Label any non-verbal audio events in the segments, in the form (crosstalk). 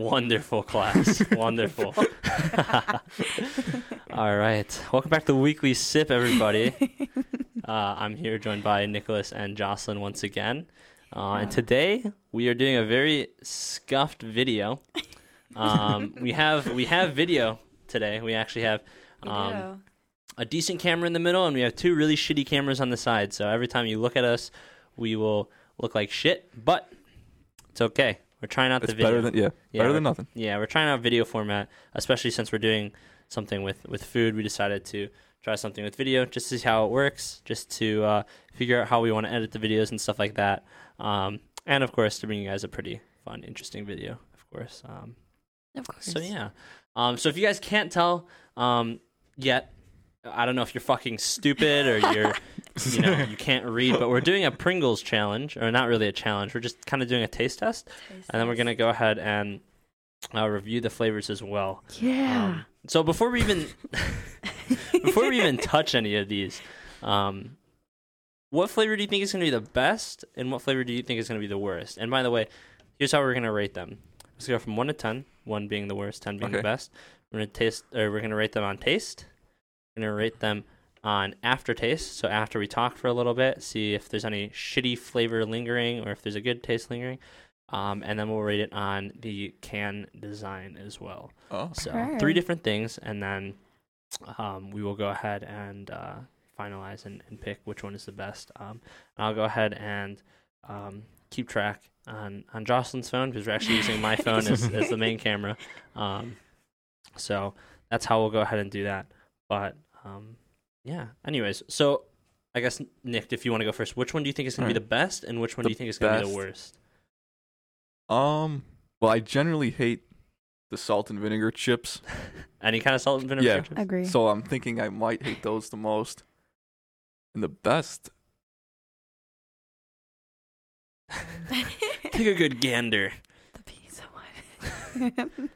Wonderful class. Wonderful. (laughs) All right. Welcome back to Weekly Sip, everybody. Uh, I'm here joined by Nicholas and Jocelyn once again. Uh, and today we are doing a very scuffed video. Um, we have we have video today. We actually have We um, do. a decent camera in the middle, and we have two really shitty cameras on the side. So every time you look at us, we will look like shit. But it's okay. We're trying out It's the video. better than yeah, Yeah, better we're- than nothing. Yeah, we're trying out video format, especially since we're doing something with with food. We decided to try something with video just to see how it works, just to uh, figure out how we want to edit the videos and stuff like that. Um, and of course, to bring you guys a pretty fun, interesting video. Of course. Um, Of course. so yeah. Um, so if you guys can't tell um, yet, I don't know if you're fucking stupid or you're, you know, you can't read. But we're doing a Pringles challenge, or not really a challenge. We're just kind of doing a taste test, and then we're gonna go ahead and uh, review the flavors as well. Yeah. Um, so before we even (laughs) before we (laughs) even touch any of these, um, what flavor do you think is going to be the best, and what flavor do you think is going to be the worst? And by the way, here's how we're going to rate them. Let's go from one to ten. One being the worst, ten being the Okay. best. We're going to taste, or we're going to rate them on taste. We're going to rate them on aftertaste. So after we talk for a little bit, see if there's any shitty flavor lingering, or if there's a good taste lingering. Um, and then we'll rate it on the can design as well. Oh, So Sure. three different things, and then um, we will go ahead and uh, finalize and, and pick which one is the best. Um, and I'll go ahead and um, keep track on on Jocelyn's phone because we're actually using my phone as, as the main camera. Um, so that's how we'll go ahead and do that. But um, yeah. Anyways, so I guess Nick, if you want to go first, which one do you think is going to be the Alright. best, and which one do The you think is going to be the best. worst? um, well, I generally hate the salt and vinegar chips, Any kind of salt and vinegar? Yeah. chips? Agree. (laughs) so I'm thinking I might hate those the most. And the best, (laughs) Take a good gander. the (laughs) pizza one.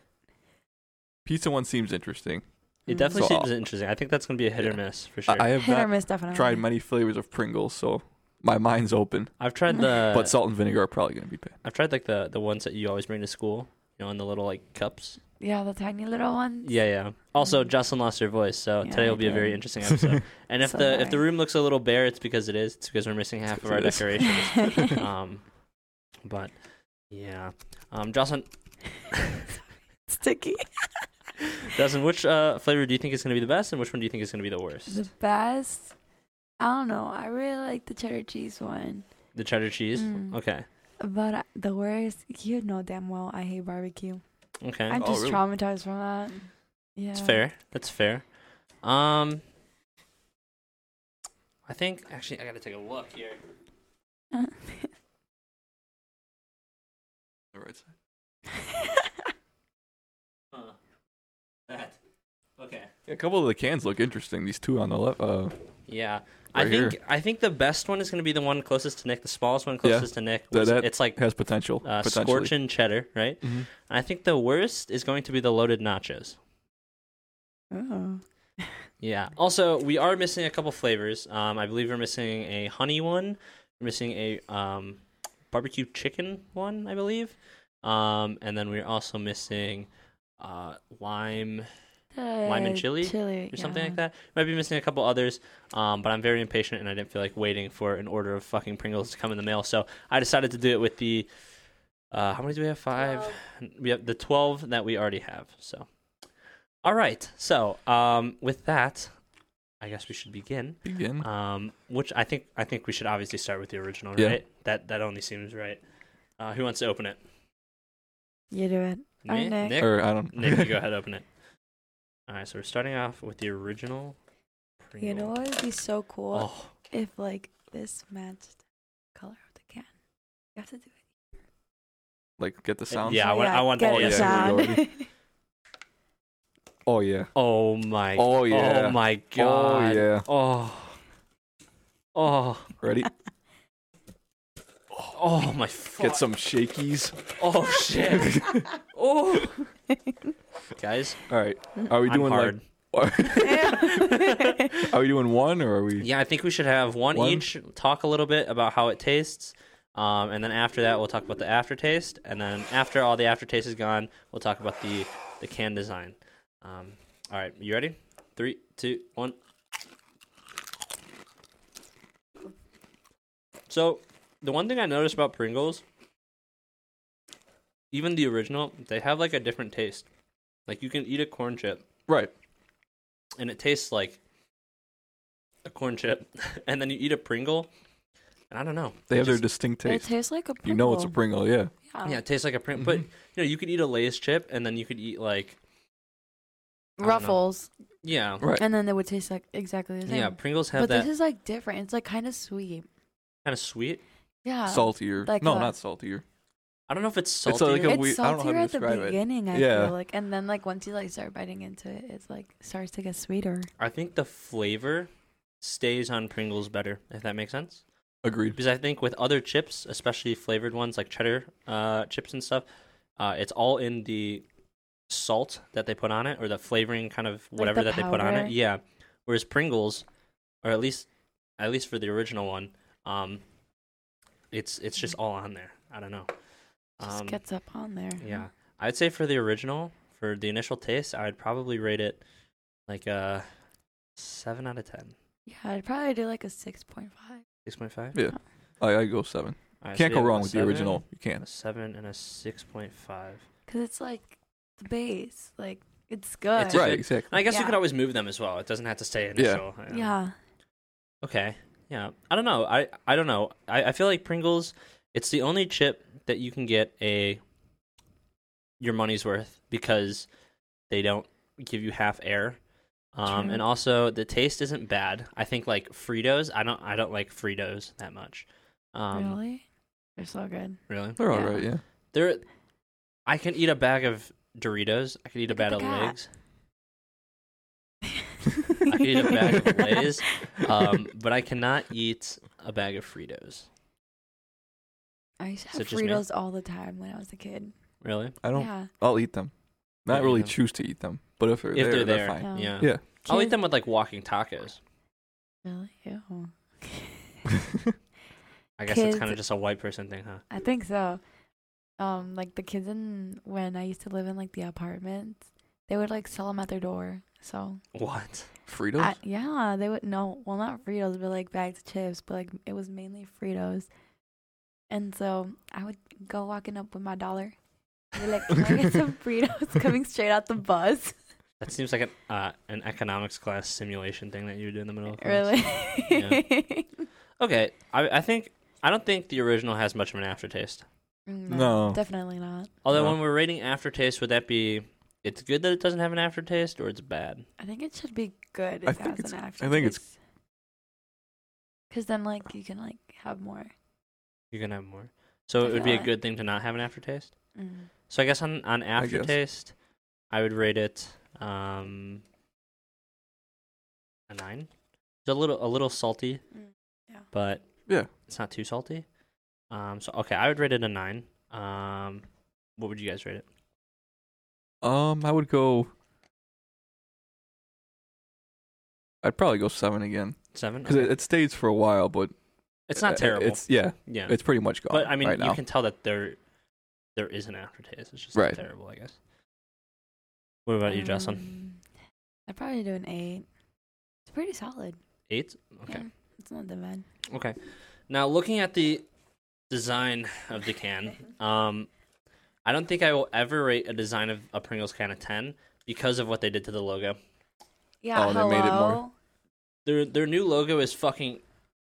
pizza one seems interesting. It definitely So- seems interesting. I think that's going to be a hit or Yeah. miss for sure. I, I I, have hit or not miss, definitely. tried many flavors of Pringles, so my mind's open. have tried the but salt and vinegar are probably gonna be bad. I've tried like the the ones that you always bring to school, you know, in the little like cups. Yeah, the tiny little ones. Yeah, yeah. Also, Mm. Jocelyn lost her voice, so Yeah, today I will be a very did. interesting (laughs) (laughs) episode. And if So the if the sorry. room looks a little bare, it's because it is. It's because we're missing half of our It's because (laughs) decorations. um, but yeah, um, (laughs) Jocelyn, Sticky. Jocelyn, which uh, flavor do you think is going to be the best, and which one do you think is going to be the worst? The best. I don't know. I really like the cheddar cheese one. The cheddar cheese. Mm. Okay. But I- the worst, you know damn well I hate barbecue. Okay. I'm Oh, just really? traumatized from that. Yeah. It's (laughs) fair. That's fair. Um, I think actually I gotta take a look here. The right side. Huh. That. Okay. Yeah, a couple of the cans look interesting. These two on the left. Uh, Yeah. I Right think here. I think the best one is gonna be the one closest to Nick. The smallest one closest to Nick. Th- was- that- it's like has potential. uh, potentially. scorching cheddar, right? Mhm. And I think the worst is going to be the loaded nachos. Oh. Yeah. Also, we are missing a couple flavors. Um, I believe we're missing a honey one. We're missing a um, barbecue chicken one, I believe. Um, and then we're also missing uh, lime or Lime and chili Chili. something like that. Might be missing a couple others. Um, but I'm very impatient, and I didn't feel like waiting for an order of fucking Pringles to come in the mail. So I decided to do it with the. Uh, how many do we have? Five. We have the 12 that we already have. So, all right. So, um, with that, I guess we should begin. Begin. Um, which I think I think we should obviously start with the original, Yeah. right? That that only seems right. Uh, who wants to open it? You do it. Or Me? Nick. Nick. or I don't. Nick, (laughs) you go ahead, open it. All right. So we're starting off with the original. Pringle. You know what would be so cool Oh, if like this matched the color of the can? You have to do it. Like get the sound. Yeah, I want- I want get all the the sound. (laughs) Oh yeah. oh my. Oh yeah. Oh my Oh god. yeah. Oh. Oh. Ready? Oh my. Fuck. Get some shakies. (laughs) Oh (laughs) shit. oh. (laughs) Guys, All right. Are we I'm doing hard. like? Are we doing one or are we? Yeah, I think we should have one, One? each. Talk a little bit about how it tastes, Um, and then after that, we'll talk about the aftertaste. And then after all the aftertaste is gone, we'll talk about the, the can design. Um, all right, you ready? Three, two, one. So, the one thing I noticed about Pringles, even the original, they have like a different taste. Like, you can eat a corn chip Right. and it tastes like a corn chip, and then you eat a Pringle, and I don't know. They It have their just- distinct It taste. tastes like a Pringle. You know it's a Pringle, yeah. yeah. yeah, it tastes like a Pringle. But Mhm. Mm-hmm. you know, you could eat a Lay's chip, and then you could eat like don't know. ruffles, yeah, Right. and then they would taste like exactly the same. yeah. Pringles have but that this is like different. It's like kind of sweet. kind of sweet. uh, Yeah, saltier. like no, a- not saltier. I don't know if it's salty. It's like a it's we- I don't know how saltier to at the describe it. beginning. I Yeah. feel like, and then like once you like start biting into it, it's like starts to get sweeter. I think the flavor stays on Pringles better, if that makes sense. Agreed. Because I think with other chips, especially flavored ones like cheddar uh, chips and stuff, uh, it's all in the salt that they put on it or the flavoring kind of the whatever that they put on powder? it. Yeah. Whereas Pringles, or at least at least for the original one, um, it's it's just all on there. I don't know. Just Um, gets up on there. yeah, I'd say for the original, for the initial taste, I'd probably rate it like a seven out of ten. yeah. I'd probably do like a six point five. Six point five. Yeah. I, I go seven. Can't go wrong with the original. You A can't. seven and a six point five. Cause it's like the base, like it's good. It's a Right, good- exactly. And I guess you Yeah. could always move them as well. It doesn't have to stay initial. yeah. Okay. Yeah. I don't know. I I don't know. I, I feel like Pringles. It's the only chip that you can get a your money's worth because they don't give you half air. Um, True. and also the taste isn't bad. I think like Fritos. I don't. I don't like Fritos that much. Um, really, they're so good. Really? They're all Yeah. right, yeah. There. I can eat a bag of Doritos. I can eat a Look at bag of the cat. legs. I could eat a bag (laughs) of Lay's, um, but I cannot eat a bag of Fritos. (laughs) I used to So have just me? Fritos all the time when I was a kid. Really? I don't. Yeah, I'll eat them. Yeah, Not really yeah. choose to eat them, but if they're If there, they're they're, there. fine. Yeah. (laughs) Yeah. Yeah. I'll eat Kid- them with like walking tacos. really. (laughs) Ew. I guess Kids- that's kind of just a white person thing, huh? (laughs) I think so. Um, like the kids in when I used to live in like the apartments, they would like sell them at their door. So What? (laughs) Fritos? I, yeah, they would no, well not Fritos, but like bags of chips, but like it was mainly Fritos. And so I would go walking up with my dollar. and Be like, can I (laughs) get some Fritos (laughs) coming straight out the bus? That seems like an uh, an economics class simulation thing that you would do in the middle of class. Really? (laughs) Okay. I I think I don't think the original has much of an aftertaste. No. Mm, definitely not. Although No. when we're rating aftertaste, would that be it's good that it doesn't have an aftertaste or it's bad? I think it should be good. I If think it has it's- an I think it's- because then like you can like have more. You're gonna have more. So it would be a Definitely. good thing to not have an aftertaste. Mm. So I guess on on guess. aftertaste, I, would rate it um a nine. It's a little a little salty, Mm, yeah. but Yeah. it's not too salty. Um, so okay, I would rate it a nine. Um, what would you guys rate it? Um, I would go. I'd probably go seven again Seven. because Okay. it, it stays for a while, but it's not uh, terrible. It's yeah, yeah, it's pretty much gone. but I mean, right you now. can tell that there there is an aftertaste. It's just Right. not terrible, I guess. What about you, Jocelyn? Um, I'd probably do an eight. It's pretty solid. Eight. Okay. Yeah, it's not that bad. Okay. Now looking at the design of the can, um, I don't think I will ever rate a design of a Pringles can a ten because of what they did to the logo. Yeah, Oh, hello. they made it more- Their their new logo is fucking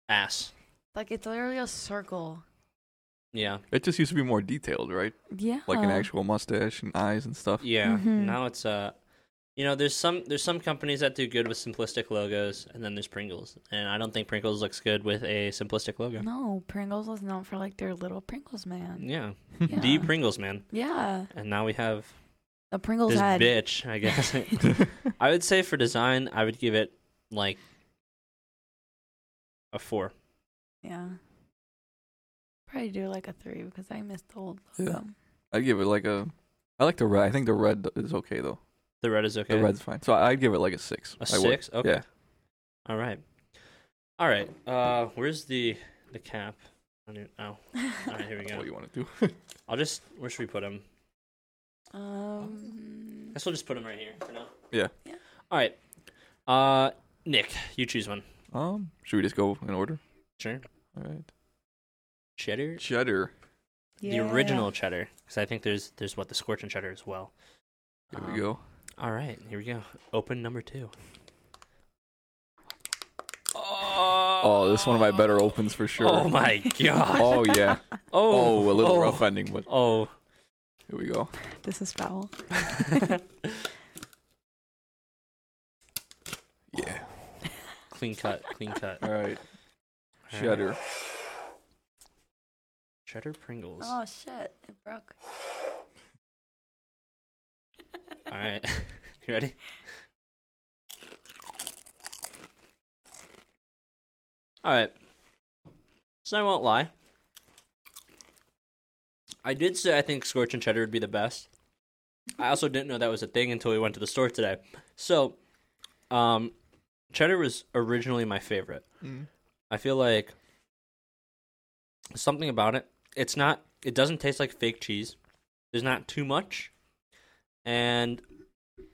ass. Like it's literally a circle. Yeah, It just used to be more detailed, right? Yeah. Like Uh-huh. an actual mustache and eyes and stuff. yeah. Mhm. Now it's uh, you know, there's some there's some companies that do good with simplistic logos, and then there's Pringles, and I don't think Pringles looks good with a simplistic logo. No, Pringles was known for like their little Pringles man. Yeah, (laughs) Mm-hmm. Yeah. (laughs) the Pringles man, Yeah, and now we have the Pringles this head. bitch, I (laughs) guess. (laughs) I would say for design, I would give it like a four. Yeah. Probably do like a three because I missed the old Yeah. logo. I give it like a. I like the red. I think the red is okay though. The red is okay. The red's fine. So I- I'd give it like a six. a I would. six. Okay. Yeah. All right. All right. Uh, where's the the cap? I don't even- oh, all right, here we That's go. what you want to do. (laughs) I'll just where should we put him? (laughs) um, I guess we'll just put him right here for now. Yeah. Yeah. All right. Uh, Nick, you choose one. Um, should we just go in order? Sure. All right. Cheddar. Cheddar. yeah. The original cheddar, because I think there's there's what the scorching cheddar as well. There Um, we go. All right, here we go. Open number two. Oh, Oh, this is one of my better opens for sure. Oh (laughs) my god. Oh yeah. Oh, Oh, a little oh, rough ending, but (laughs) Oh. (laughs) here we go. This is foul. Yeah. clean cut. Clean cut. All right. (laughs) All right. Cheddar. Cheddar Pringles. Oh shit! It broke. All right. (laughs) you ready? All right. So I won't lie. I did say I think scorching cheddar would be the best. I also didn't know that was a thing until we went to the store today. So, um, cheddar was originally my favorite. I feel like something about it. It's not. It doesn't taste like fake cheese. There's not too much, and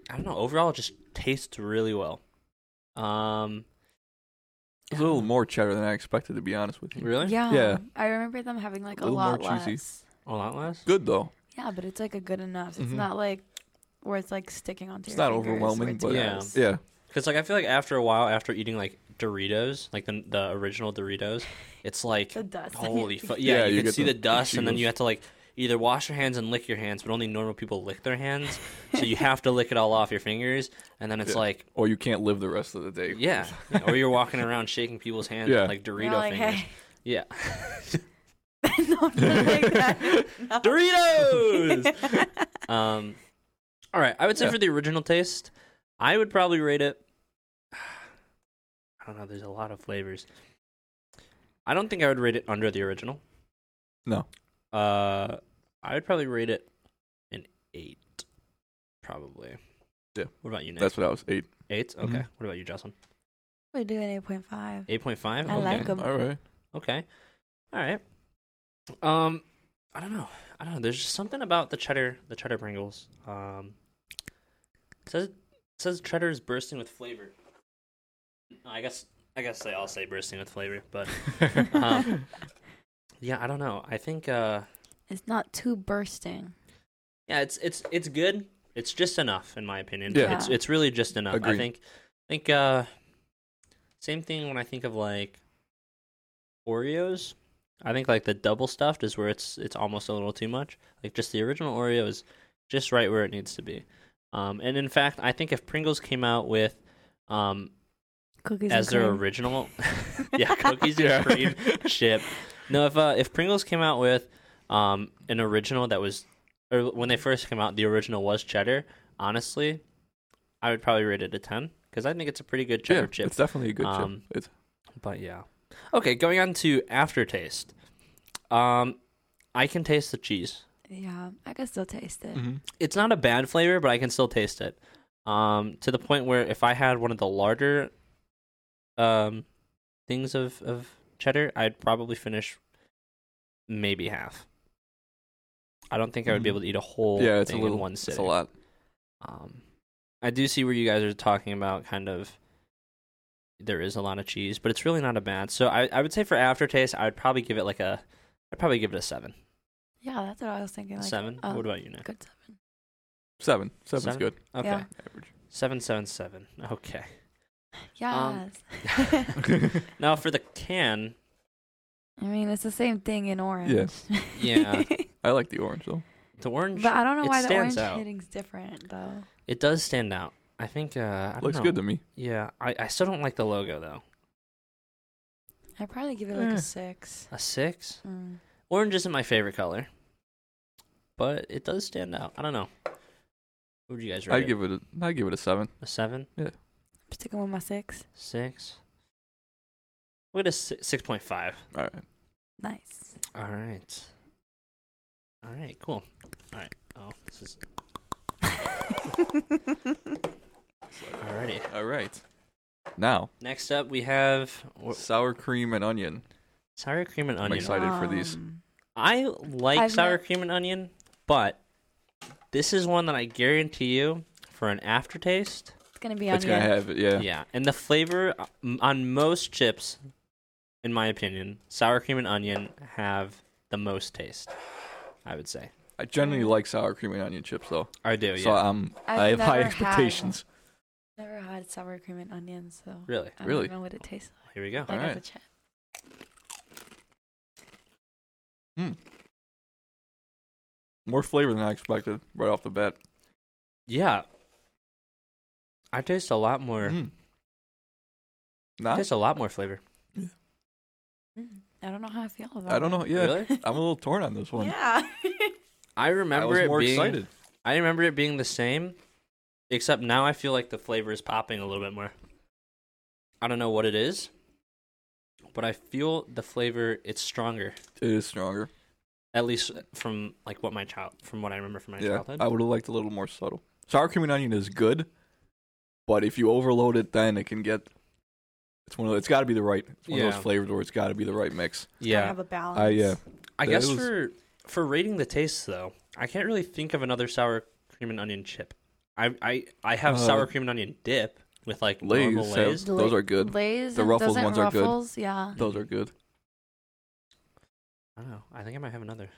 I don't know. Overall, it just tastes really well. Um, A little more cheddar than I expected, to be honest with you. really Yeah. Yeah. I remember them having like a, A little more lot cheesy. less. a lot less. Good though. Yeah, but it's like a good enough. It's Mhm. not like where it's like sticking onto It's your not fingers or overwhelming, it's but Yeah. gross. yeah. Because like I feel like after a while, after eating like Doritos, like the the original Doritos, it's like The dust. (laughs) on your holy fingers. fu- yeah, Yeah, you, you can get see the, the- dust, and then shingles. you have to like either wash your hands and lick your hands, but only normal people lick their hands, so (laughs) you have to lick it all off your fingers, and then it's (laughs) Yeah. like Or you can't live the rest of the day. (laughs) yeah, or you're walking around shaking people's hands Yeah. with like They're Dorito like, fingers. hey. (laughs) (laughs) Yeah, no, not like (laughs) that. No. Doritos. (laughs) (laughs) um, all right, I would say Yeah. for the original taste, I would probably rate it. (sighs) I don't know. There's a lot of flavors. I don't think I would rate it under the original. No. Uh, I would probably rate it an eight, probably. Yeah. What about you, Nick? That's what I was eight. eight. Okay. mhm. What about you, Jocelyn? we do an 8.5. Eight point five. I like 'em. All right. Okay. All right. Um, I don't know. I don't know. There's just something about the cheddar, the cheddar Pringles. Um, it says it says cheddar is bursting with flavor. I guess I guess they all say bursting with flavor, but (laughs) Um, yeah, I don't know. I think uh, It's not too bursting. yeah, it's it's it's good. It's just enough, in my opinion. Yeah. It's it's really just enough. I Agreed. think I think uh, same thing when I think of like Oreos. I think like the double stuffed is where it's it's almost a little too much. Like just the original Oreo is just right where it needs to be. Um, and in fact, I think if Pringles came out with um, Cookies as and their cream. original, (laughs) yeah, cookies Yeah. and (laughs) cream chip. No, if uh, if Pringles came out with um an original that was, or when they first came out, the original was cheddar. Honestly, I would probably rate it a ten because I think it's a pretty good cheddar yeah, chip. It's definitely a good Um, chip. It's But yeah, okay. Going on to aftertaste. Um, I can taste the cheese. (laughs) Yeah, I can still taste it. mhm. It's not a bad flavor, but I can still taste it. Um, to the point where if I had one of the larger, um, things of of cheddar, I'd probably finish maybe half. I don't think I would be Mhm. able to eat a whole yeah, it's a thing little in one It's sitting. a lot. Um, I do see where you guys are talking about kind of there is a lot of cheese, but it's really not a bad. So I, I would say for aftertaste, I would probably give it like a, I'd probably give it a seven. Yeah, that's what I was thinking. Like, seven. uh, what about you, Nick? Good seven. Seven. Seven's Seven? good. Okay, Yeah. Average. seven, seven, seven. Okay. Um, Yes. Now for the can, (laughs) I mean, it's the same thing in orange. (laughs) Yeah. (laughs) I like the orange though. the orange, but I don't know It why the stands orange out. hitting's different, though. it does stand out. I think. Uh, I don't Looks know. good to me. Yeah, I, I still don't like the logo though. I'd probably give it like Eh. a six. A six. Mm. Orange isn't my favorite color, but it does stand out. I don't know. What would you guys rate I'd it? give it a I'd give it a seven. A seven, I'm sticking with my six. six. What a six point five. All right. (laughs) Nice. All right. All right. Cool. All right. Oh, this is alrighty. All right. Now, Next up, we have wh- sour cream and onion. Sour cream and onion. excited for these. Um, I like I've sour nev- cream and onion, but this is one that I guarantee you for an aftertaste. It's gonna be It's gonna onion. have it. Yeah. Yeah. And the flavor uh, m- on most chips, in my opinion, sour cream and onion have the most taste, I would say. I generally like sour cream and onion chips though, I do, Oh, yeah. so um, I've I have high never had- expectations. Never had sour cream and onions, so really? I Really? don't know what it tastes like. Here we go. All Like as a right. chip. Mm. More flavor than I expected right off the bat. Yeah. I taste a lot more. Mm. I Nah, taste a lot more flavor. Mm, I don't know how I feel about. I don't know. Yeah, Really? (laughs) I'm a little torn on this (laughs) one. Yeah. I I remember was it more being. excited. I remember it being the same, except now I feel like the flavor is popping a little bit more. I don't know what it is, but I feel the flavor. It's stronger, It is stronger. at least from like what my child, from what I remember from my yeah, Uh, childhood. I would have liked a little more subtle. Sour cream and onion is good, but if you overload it, then it can get. It's one of. It's got to be the right. It's one of Yeah. those flavors where it's got to be the right mix. I yeah, have a balance. I uh, yeah. I that guess was- for for rating the taste though, I can't really think of another sour cream and onion chip. I I I have Uh, sour cream and onion dip with like Lay's normal have- lays. Those are good. Lay's The and Ruffles doesn't ones are good. Ruffles, (laughs) Yeah. (laughs) Those are good. I don't know. I think I might have another.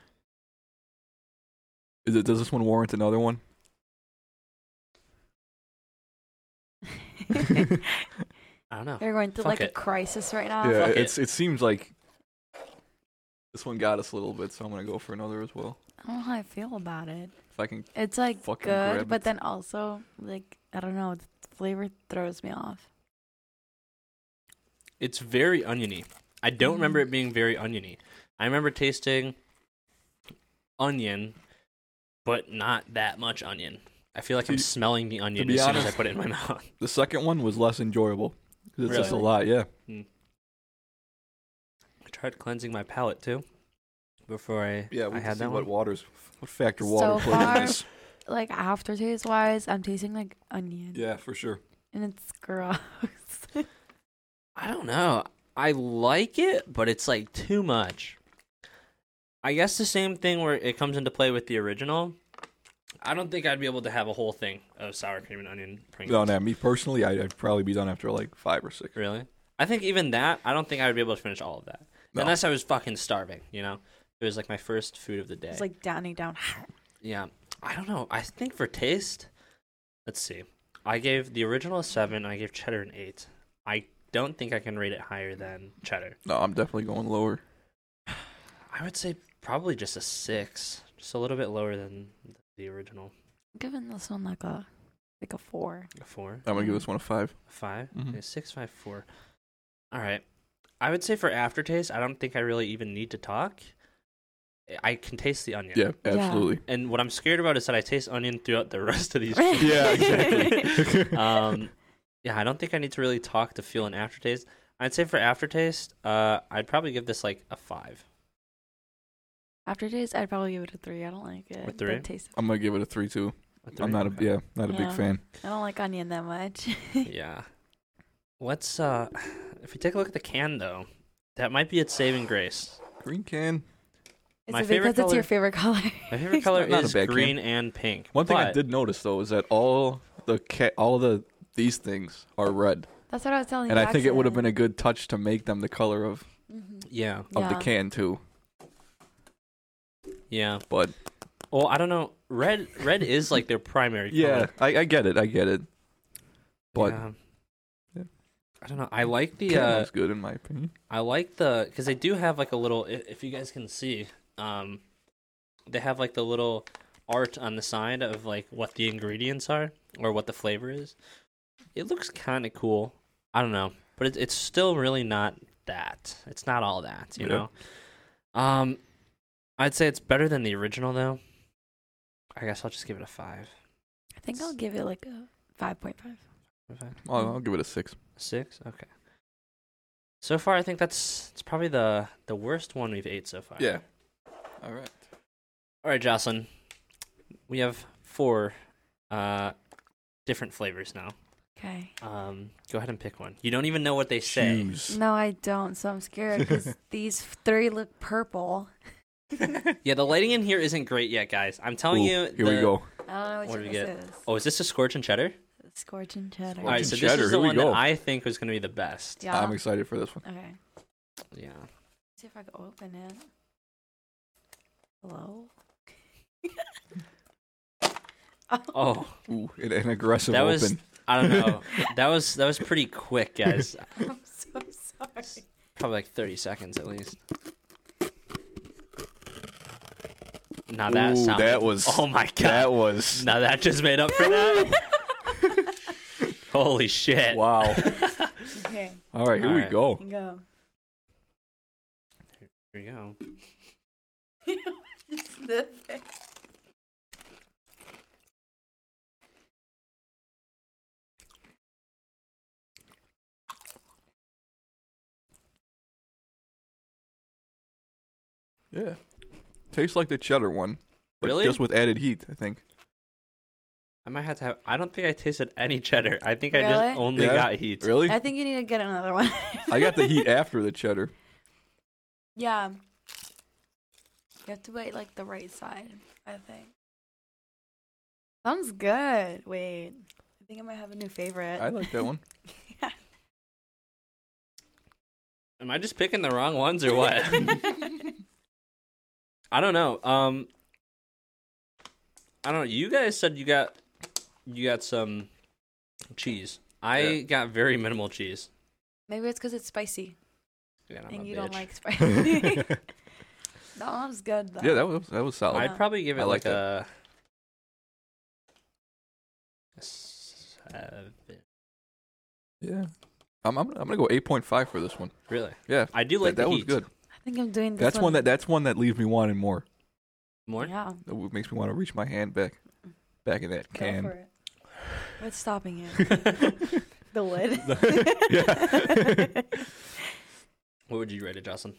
Is it? Does this one warrant another one? I don't know. We're going through Fuck like a it. crisis right now. yeah, Uh, fuck it. it's it. seems like this one got us a little bit, so I'm gonna go for another as well. I don't know how I feel about it. If I can, It's like Fucking grab good, it. but then also like I don't know, the flavor throws me off. It's very oniony. I don't remember Mm. it being very oniony. I remember tasting onion, but not that much onion. I feel like I'm To- smelling the onion be as soon as I honest- put it in my (laughs) mouth. the second one was less enjoyable. 'Cause It's just a Really? lot. Yeah, Hmm. I tried cleansing my palate too before I yeah. I had that what one. waters, (laughs) what factor So water played far- in this. Like aftertaste wise, I'm tasting like onion. Yeah, for sure. And it's gross. (laughs) I don't know. I like it, but it's like too much. I guess the same thing where it comes into play with the original. I don't think I'd be able to have a whole thing of sour cream and onion Pringles. No, no. Me personally, I, I'd probably be done after like five or six. Really? I think even that, I don't think I would be able to finish all of that. No. Unless I was fucking starving, you know? It was like my first food of the day. it's like downing down. (sighs) yeah. I don't know. I think for taste, let's see. I gave the original a seven, I gave cheddar an eight. I don't think I can rate it higher than cheddar. No, I'm definitely going lower. I would say probably just a six, just a little bit lower than the original. Giving this one like a like a four. A four, I'm gonna give this one a five. a five, Mhm. a six, five, four. All right. I would say for aftertaste, I don't think I really even need to talk. I- I can taste the onion. Yeah, absolutely. (laughs) And what I'm scared about is that I taste onion throughout the (laughs) rest of these. (laughs) Yeah, (laughs) exactly. um, yeah, I don't think I need to really talk to feel an aftertaste. I'd say for aftertaste, uh, I'd probably give this like a five. Aftertaste, I'd probably give it a three. I don't like it. A three? The taste. (laughs) I'm gonna give it a three too. A I'm three? not a Okay. yeah, not a big Yeah. fan. I don't like onion that much. (laughs) Yeah. What's uh, if we take a look at the can though, that might be its saving grace. Green can. Is My it favorite because it's your favorite color? (laughs) My favorite color Not a is bad can. green and pink. One thing I but- did notice though is that all the ca- all the these things are red, That's what I was telling and I think it would have been a good touch to make them the color of hmm Yeah, of the can too. yeah. But Well, I don't know. Red, red is like their primary. yeah, color. I, I get it. I get it. But Yeah. Yeah. I don't know. I like the. yeah, Uh, looks good in my opinion. I like the because they do have like a little. i- If you guys can see, um, they have like the little art on the side of like what the ingredients are or what the flavor is. It looks kind of cool. I don't know, but it, it's still really not that. It's not all that, you Yeah. know. Um, I'd say it's better than the original though. I guess I'll just give it a five. I think I'll give it like a five point five. I'll, I'll give it a six. Six. Okay. So far, I think that's it's probably the the worst one we've ate so far. Yeah. All right. All right, Jocelyn. We have four uh, different flavors now. Okay. Um, go ahead and pick one. You don't even know what they say. Jeez. No, I don't. So I'm scared (laughs) because these three look purple. (laughs) I don't know Yeah, the lighting in here isn't great yet, guys. I'm telling Ooh, you. Here we the- go. What what, do you we this get? is. Oh, is this a scorch and cheddar? Scorch and cheddar. All right, Scorch so this and cheddar, is the here we one go. that I think was going to be the best. yeah. I'm excited for this one. okay. Yeah. See if I can open it. Hello. (laughs) Oh, Ooh, an, an aggressive that open. was. I don't know. that was that was pretty quick, guys. I'm so (laughs) sorry. Probably like 30 seconds at least. Now that Ooh, sounded- that was- Oh my god. That (laughs) was now (laughs) that just made up for (laughs) that. Holy shit. (laughs) wow. okay, All right, here All we right. go. go. (laughs) Here we go. Yeah, tastes like the cheddar one, but Really? just with added heat. I think. I might have to have I don't think I tasted any cheddar. I think I Really? just only Yeah. got heat. Really? I think you need to get another one. I got the (laughs) heat after the cheddar. Yeah. You have to wait like the right side, I think. Sounds good. Wait. I think I might have a new favorite. (laughs) I like that one. yeah. Am I just picking the wrong ones or what? I don't know. Um I don't know. You guys said you got you got some cheese. I Yeah. got very minimal cheese. (laughs) Maybe it's because it's spicy Man, I'm a and you don't bitch. (laughs) like spicy. (laughs) yeah, that one's good though. that was that was solid. Oh. I'd probably give it I like, like a, a seven. Yeah, I'm I'm, I'm gonna go eight point five for this one. Really? Yeah, I do like that, the that was heat. good. I think I'm doing this That's one. one that that's one that leaves me wanting more. More? Yeah. That w- makes me want to reach my hand back back in Go that (laughs) for can. it. (laughs) What's stopping it? what (laughs) The (laughs) lid. (laughs) Yeah. (laughs) would you rate it, Jocelyn?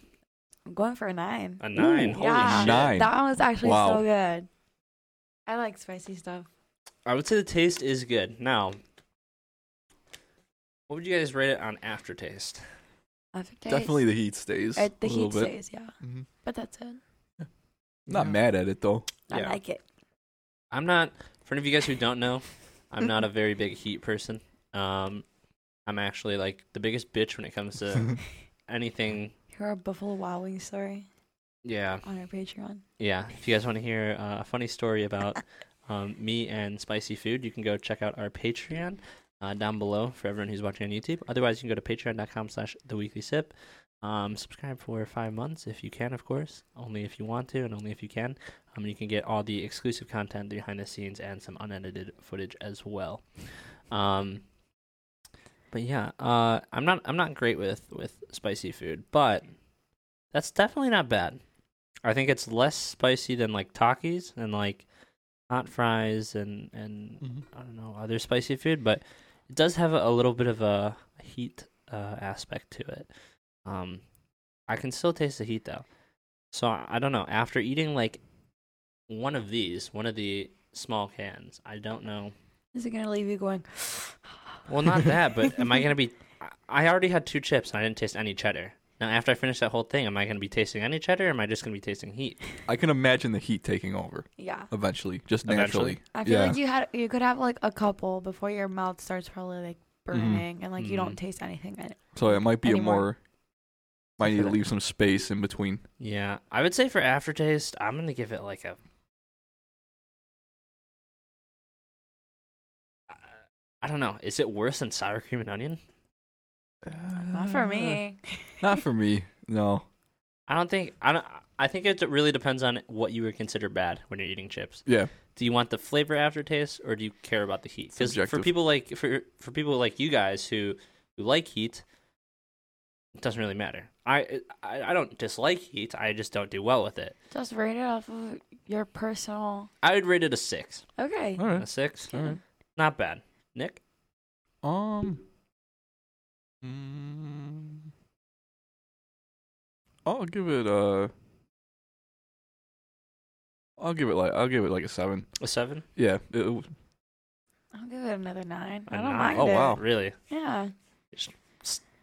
I'm going for a nine. A nine. Holy yeah. shit. Nine. That one was actually Wow. so good. I like spicy stuff. I would say the taste is good. Now, what would you guys rate it on aftertaste? Aftertaste. Definitely the heat stays Uh, the a little heat bit. stays, yeah. Mhm. But that's it. Not Yeah. mad at it though. I Yeah. like it. I'm not. For any of you guys who don't know, I'm not a very big heat person. Um, I'm actually like the biggest bitch when it comes (laughs) to (laughs) anything. Hear our Buffalo Wild Wings story Yeah. on our Patreon. Yeah, if you guys want to hear uh, a funny story about um, me and spicy food, you can go check out our Patreon uh, down below for everyone who's watching on YouTube. Otherwise, you can go to patreon.com slash the weekly sip. Um, subscribe for five months if you can, of course, only if you want to and only if you can. Um, you can get all the exclusive content the behind the scenes and some unedited footage as well. Um, but yeah, uh, I'm not I'm not great with with spicy food, but that's definitely not bad. I think it's less spicy than like Takis and like hot fries and and Mm-hmm. I don't know other spicy food, but it does have a, a little bit of a heat uh, aspect to it. Um, I can still taste the heat though, so I, I don't know. After eating like one of these, one of the small cans, I don't know. Is it going to leave you going, Well, not that, but am I gonna be? I- I already had two chips and I didn't taste any cheddar. Now, after I finish that whole thing, am I gonna be tasting any cheddar? or Am I just gonna be tasting heat? I can imagine the heat taking over yeah. eventually, just Eventually. naturally. I feel Yeah. like you had you could have like a couple before your mouth starts probably like Mm-hmm. burning and like you don't Mhm. taste anything in it. So it might be Anymore. a more. Might need to Okay. leave some space in between. Yeah, I would say for aftertaste, I'm gonna give it like a. I don't know. Is it worse than sour cream and onion? Not for me. Not for me. No. I don't think. I don't. I think it really depends on what you would consider bad when you're eating chips. Yeah. Do you want the flavor aftertaste, or do you care about the heat? Because for Subjective. people like for for people like you guys who who like heat, it doesn't really matter. I I, I don't dislike heat. I just don't do well with it. Just rate it off of your personal. I would rate it a six. Okay. All A right. six. All right. Not bad. Nick. Um. mm, I'll give it uh, a. I'll give it like I'll give it like a seven. A seven? Yeah, it, I'll give it another nine. A I I don't nine? mind Oh, it. wow. Really, Yeah.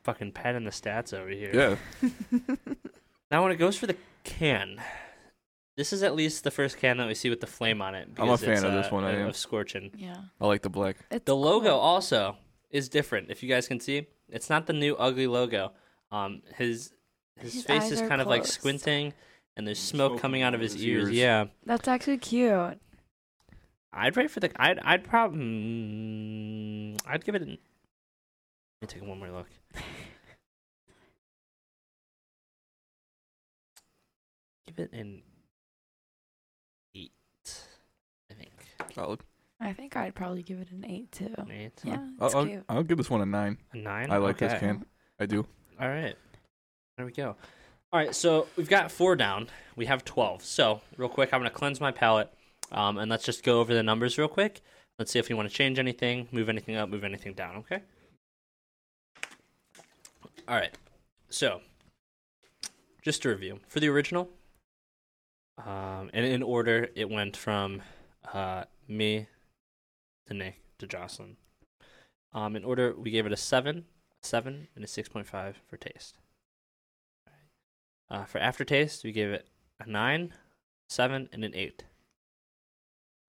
fucking padding the stats over here. Yeah. Now, when it goes for the can, this is at least the first can that we see with the flame on it. I'm a because fan it's, uh, of this one, I of- am. Of scorching. (laughs) yeah. I like the black. It's The logo cool. also is different. If you guys can see, it's not the new ugly logo. Um, his his, His face eyes is are kind of like closed. squinting, and there's Smoke smoke, coming out of his, ears. ears. Yeah, That's actually cute. (laughs) I'd rate for the. I'd I'd probably. Mm, I'd give it. An, let me take one more look. Give it an eight. I think Solid. I think I'd probably give it an eight too. an eight, Yeah, it's I'll, I'll, cute. I'll give this one a nine. a nine. I like this Okay. can. I do. All right. There we go. All right, so we've got four down. We have 12. So, real quick, I'm going to cleanse my palette um, and let's just go over the numbers real quick. Let's see if we want to change anything, move anything up, move anything down, okay? All right. So, just to review for the original, um, and in order, it went from uh, me to Nick to Jocelyn. Um, in order, we gave it a 7, seven and a six point five for taste. Uh, for aftertaste, we gave it a nine, seven, and an eight.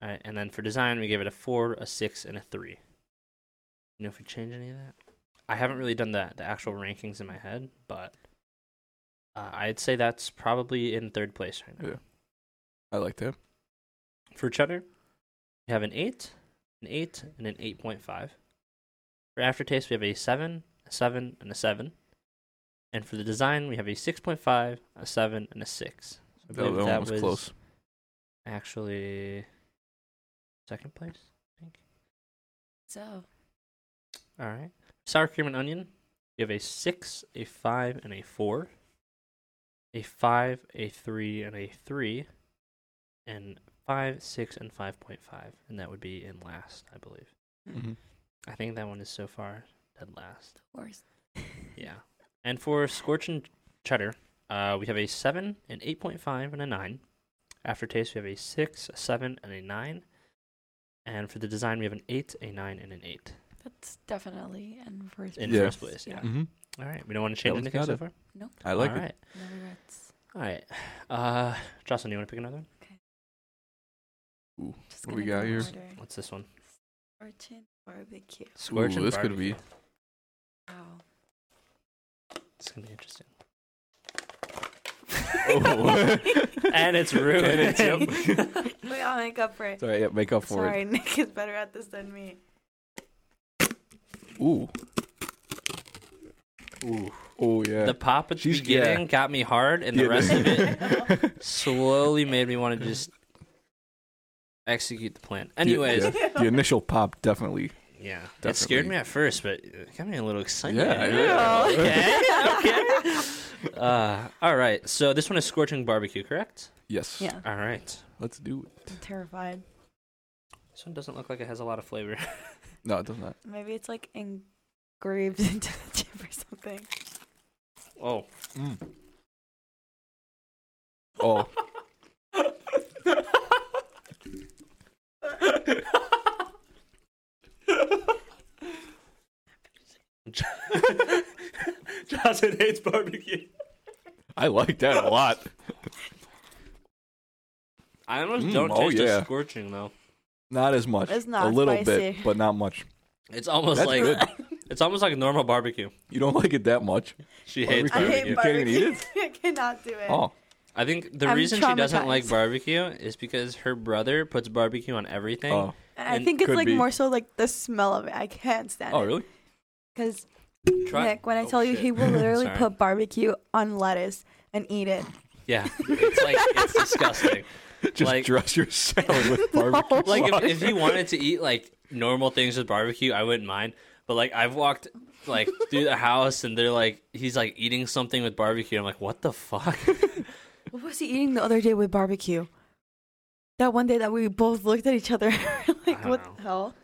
All right, and then for design, we gave it a four, a six, and a three. You know if we change any of that? I haven't really done the the actual rankings in my head, but uh, I'd say that's probably in third place right now. Yeah. I like that. For cheddar, we have an 8, an 8, and an 8.5. For aftertaste, we have a 7, a 7, and a 7. And for the design, we have a 6.5, a 7, and a 6. I believe thought that, that one was, was- close. Actually, second place? So All right. Sour cream and onion, we have a 6, a 5, and a 4. A 5, a 3, and a 3. And 5, 6, and 5.5. And that would be in last, I believe. Mhm. I think that one is so far dead last. worst. Yeah. And for scorching cheddar, uh, we have a seven, an eight point five, and a nine. Aftertaste, we have a six, a seven, and a nine. And for the design, we have an eight, a nine, and an eight (laughs) That's definitely in first. in Yeah. first place. Yeah. Mhm. All right. We don't want to change one's anything got so it. far. I like All it. right. No regrets. All right. Uh, Jocelyn, you want to pick another one? Just What we gonna got go here? order. What's this one? Orchard barbecue. Scorch and this could be- barbecue. Wow. It's gonna be interesting. Oh. (laughs) and (laughs) it's ruined. And it's- (laughs) (laughs) We all make up for it. Sorry, yeah, make up for Sorry, (laughs) Nick is better at this than me. it. Ooh. Ooh. Oh yeah. The pop at the She's- beginning yeah. got me hard, and the Yeah, rest of it it- slowly made me want to just execute the plan. Anyways, (laughs) yeah, yeah. (laughs) the initial pop definitely. it scared Definitely. me at first, but it got me a little excited. Yeah, yeah. (laughs) (laughs) Okay, okay. Uh, all right, so this one is scorching barbecue, correct? Yes. Yeah, All right. Let's do it. I'm terrified. This one doesn't look like it has a lot of flavor. (laughs) No, it does not. Maybe it's like engraved (laughs) into the chip or something. Oh, Oh. Johnson hates barbecue. I like that a lot. I almost Mm, don't oh, taste the yeah. scorching though. Not as much. It's not a little spicy. bit, but not much. It's almost That's like good. it's almost like normal barbecue. You don't like it that much. She hates I barbecue. hate Barbecue. You can't even barbecue. (laughs) eat I cannot do it. Oh, I think the I'm reason she doesn't like traumatized. barbecue is because her brother puts barbecue on everything. oh, and I and think it's could like be. more so like the smell of it. I can't stand oh, it. really? Because Try- Nick, when I Oh, tell you, shit. (laughs) he will literally Sorry. put barbecue on lettuce and eat it. Yeah, it's like (laughs) it's disgusting. Just Like- dress your (laughs) salad with barbecue. Like sauce. if, if you wanted to eat like normal things with barbecue, I wouldn't mind. But like I've walked like through the house and they're like he's like eating something with barbecue. I'm like, what the (laughs) fuck? (laughs) What was he eating the other day with barbecue? That one day that we both looked at each other (laughs) like, don't what know. the hell?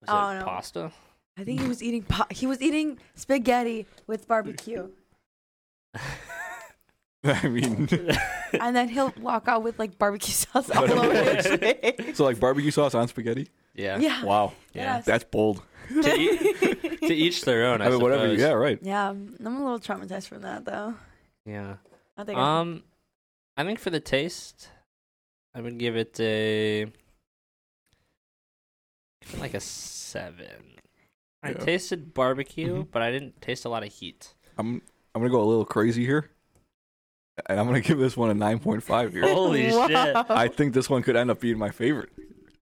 Was I don't it know. (laughs) pasta? (laughs) I think he was eating (laughs) po- he was eating spaghetti with barbecue. (laughs) I mean, and then he'll walk out with like barbecue (laughs) sauce all Whatever. over his face. so like barbecue sauce on spaghetti. (laughs) yeah. Yeah. Wow, Yeah. that's bold. to, each, to (laughs) each their own. I, I mean, whatever. suppose. Yeah, right. Yeah, I'm I'm a little traumatized from that though. Yeah. I think I- (laughs) Um, I think for the taste, I would give it a give it like a seven. I Yeah. tasted barbecue, Mhm. but I didn't taste a lot of heat. I'm I'm gonna go a little crazy here, and I'm gonna give this one a 9.5 here. Holy shit! I think this one could end up being my favorite.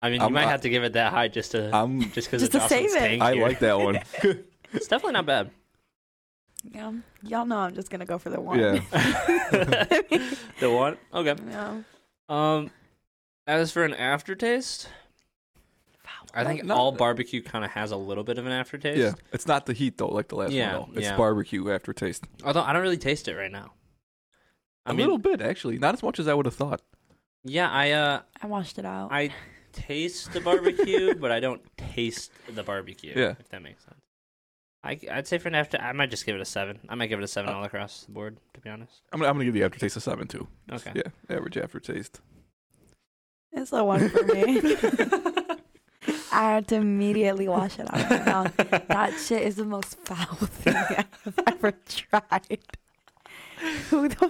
I mean, you I'm- might I- have to give it that high just to I'm just because Just to save it. I like that one. (laughs) It's definitely not (laughs) bad. Yeah, y'all know I'm just gonna go for the one. yeah, (laughs) (laughs) the one, okay. Yeah. Um, as for an aftertaste, I think Uh, Not- all barbecue kind of has a little bit of an aftertaste. yeah. It's not the heat though, like the last Yeah, one. Though. It's yeah. barbecue aftertaste. Although I don't really taste it right now. A little bit actually, not as much as I would have thought. Yeah, I uh, I washed it out. I taste the barbecue, but I don't taste the barbecue. Yeah. if that makes sense. I I'd say for an after, I might just give it a seven. I might give it a seven all across the board. To be honest, I'm gonna, I'm gonna give the aftertaste a seven too. okay. Yeah, average aftertaste. it's the one (laughs) for me. I had to immediately wash it out of my (laughs) mouth. That shit is the most foul thing (laughs) Uh, I've ever tried. Who the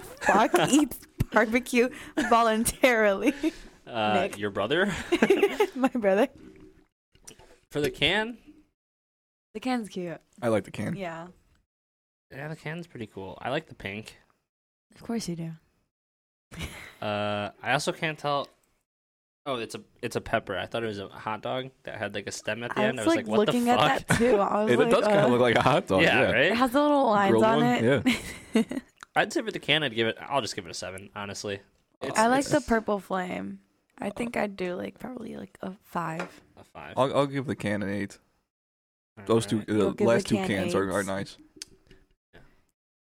(laughs) fuck eats barbecue voluntarily? (laughs) Uh, Nick. your brother my brother. for the can? The can's cute. I like the can. Yeah. Yeah, the can's pretty cool. I like the pink. Of course you do. Uh, I also can't tell. Oh, it's a it's a pepper. I thought it was a hot dog that had like a stem (laughs) at the I end. I was, was like, like, what looking the fuck? at that too. I was It, like, does kind uh, of look like a hot dog. yeah, Oh, Yeah, It right. has the little lines Grilled on one? it. Yeah. I'd say for the can, I'd give it. I'll just give it a seven. Honestly, It's- I like the it's purple flame. I think I do like probably like a five. a five. I'll, I'll give the can an eight. Those two, Alright. We'll the give last the two can cans are, eights. are nice.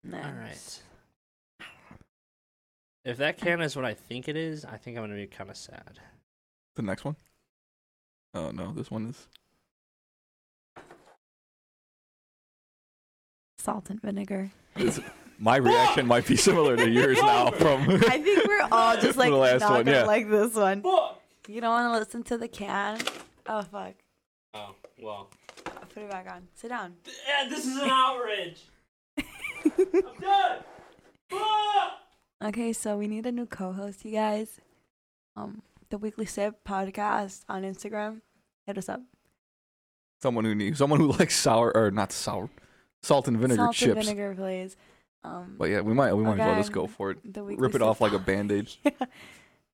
Nice. All right. If that can is what I think it is, I think I'm gonna be kind of sad. The next one? Oh no, this one is. Salt and vinegar. It's- (laughs) My reaction might be similar to yours (laughs) (laughs) now. From I think we're all just like (laughs) The last not one, gonna yeah. like this one. Oh You don't want to listen to the can. Oh fuck! Oh, well, I'll put it back on. Sit down. this is an outrage. okay, so we need a new co-host, you guys. Um, the Weekly Sip podcast on Instagram. Hit us up. someone who needs someone who likes sour or not sour, salt and vinegar Salt chips. and vinegar, please. Um, But yeah, we might we might as well just Okay. go for it. the Weekly Rip it Sip off (laughs) like a band-aid. yeah.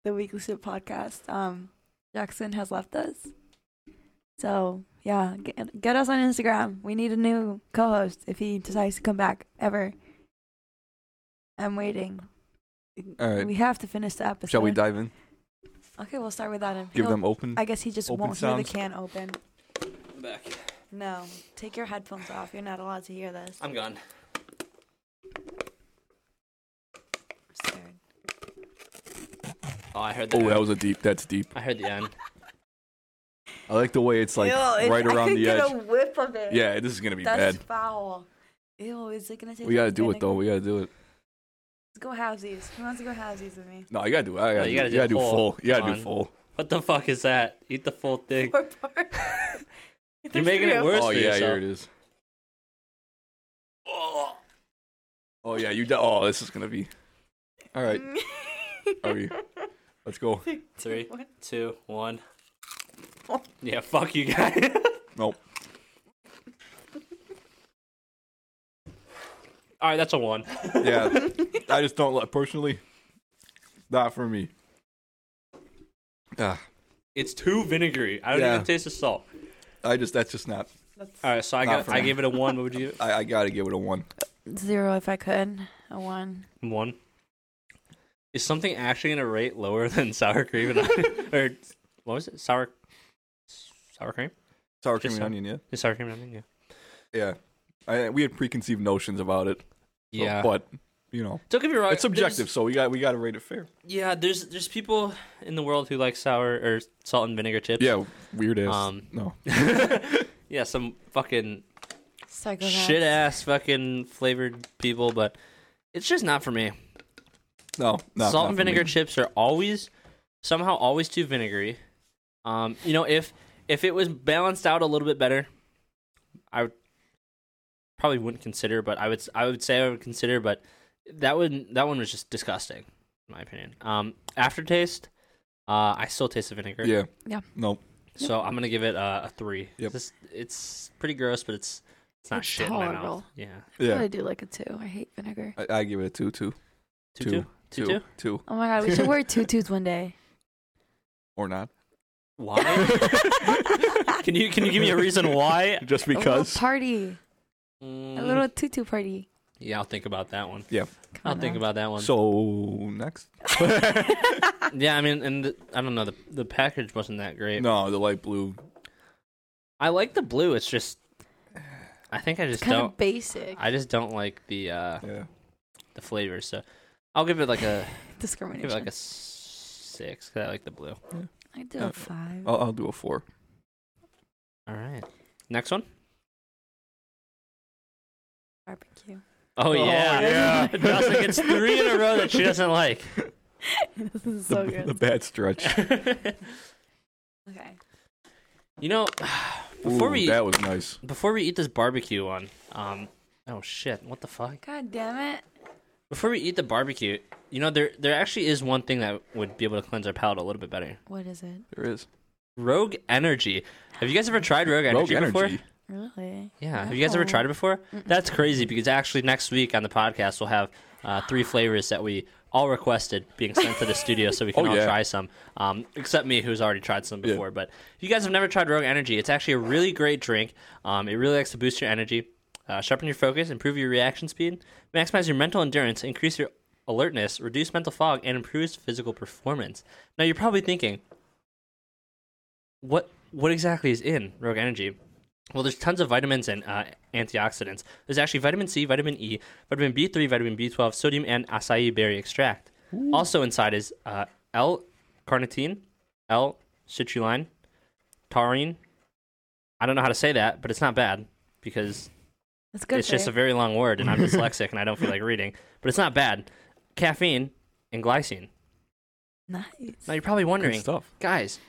the weekly sip podcast um jackson has left us so yeah get, get us on instagram we need a new co-host if he decides to come back ever i'm waiting All right, we have to finish the episode shall we dive in? okay we'll start without him Give He'll- them open. i guess he just open won't hear sounds. the can open Back. no take your headphones off you're not allowed to hear this I'm gone. I'm scared Oh, I heard the. Oh, end. that was a deep. That's deep. I heard the end. I like the way it's like Ew, it- (laughs) right I around could the get edge. a whiff of it Yeah, this is gonna be that's bad. foul Ew, is it gonna taste We gotta like do it though. vinegar? We gotta do it. Let's go halvesies. Who wants to go halvesies with me? No, you gotta do. it. I gotta, you do- gotta you do gotta do full. full. You gotta Come do on. full. What the fuck is that? Eat the full (laughs) thing. Poor part. (laughs) You're making it worse. Oh for yeah, here yourself. it is. Oh, oh yeah, you. do- Oh, this is gonna be. (laughs) All right, Are we- let's go. Three, two, one. Oh. Yeah, fuck you guys. (laughs) Nope. All right, that's a one. Yeah, I just don't like personally. Not for me. Ah, It's too vinegary. I don't Yeah. even taste the salt. I just that's just not. All right, so I Not got for I me. gave it a one. What would you? I, I gotta give it a one. Zero if I could. A one. One. Is something actually gonna rate lower (laughs) than sour cream and (laughs) or what was it? Sour sour cream? Sour Just cream and so- onion. Yeah, Is sour cream and onion? yeah. I, we had preconceived notions about it. so- Yeah. Yeah. but you know, Don't get me wrong. it's subjective, so we got we gotta rate it fair. there's- yeah, there's there's people in the world who like sour or salt and vinegar chips. Yeah, weird ass. Um. no, (laughs) Yeah, some fucking Psycho. shit ass fucking flavored people, but it's just not for me. No, no. Salt not and for me. vinegar chips are always somehow always too vinegary. Um, you know, if if it was balanced out a little bit better, I would probably wouldn't consider, but I would s- I would say I would consider, but that would that one was just disgusting, in my opinion. Um, aftertaste, uh, I still taste the vinegar. Yeah. Yeah. Nope. So I'm gonna give it a, a three. Yep. This- it's pretty gross, but it's it's not It's shit in my mouth. tolerable. Yeah. Yeah. Yeah. I do like a two. I hate vinegar. I, I give it a two, two, Two two two two. two, Oh my god, we (laughs) should wear tutus one day. or not. Why? (laughs) can you can you give me a reason why? Just A little because. party, (laughs) a Mm, little tutu party. Yeah, I'll think about that one. Come I'll on think now. about that one. So next. (laughs) yeah, I mean, and the, I don't know. The the package wasn't that great. No, the light blue. I like the blue. It's just, I think I just kind don't. of basic. I just don't like the uh Yeah. the flavor. So I'll give it like a I'll give Discrimination. it like a six. 'cause I like the blue. I do uh, a five. Oh. I'll, I'll do a four. All right. Next one. Barbecue. Oh, yeah. (laughs) yeah. Dawson gets three in a row that she doesn't (laughs) like. (laughs) (laughs) this is The, so the good. bad stretch. Okay. you know, (sighs) before Ooh, we that was nice. before we eat this barbecue one, um, oh shit, what the fuck? God damn it. Before we eat the barbecue, you know, there there actually is one thing that would be able to cleanse our palate a little bit better. What is it? There is Rogue Energy. Have you guys ever tried Rogue Energy Rogue before? energy. Really? Yeah. Have you guys ever No. tried it before? That's crazy because actually next week on the podcast we'll have uh, three flavors that we all requested being sent to the studio so we can Oh, all yeah. try some. Um, except me who's already tried some Yeah. before. But if you guys have never tried Rogue Energy, it's actually a really great drink. Um, it really likes to boost your energy, uh, sharpen your focus, improve your reaction speed, maximize your mental endurance, increase your alertness, reduce mental fog, and improves physical performance. Now you're probably thinking, what what exactly is in Rogue Energy? Well, there's tons of vitamins and uh, antioxidants. There's actually vitamin C, vitamin E, vitamin B3, vitamin B12, sodium, and acai berry extract. Also inside is uh, L-carnitine, L-citrulline, taurine. I don't know how to say that, but it's not bad because That's good. it's just a babe. very long word, (laughs) and I'm dyslexic and I don't feel like reading. But it's not bad. Caffeine and glycine. nice. Now you're probably Good wondering, stuff. guys,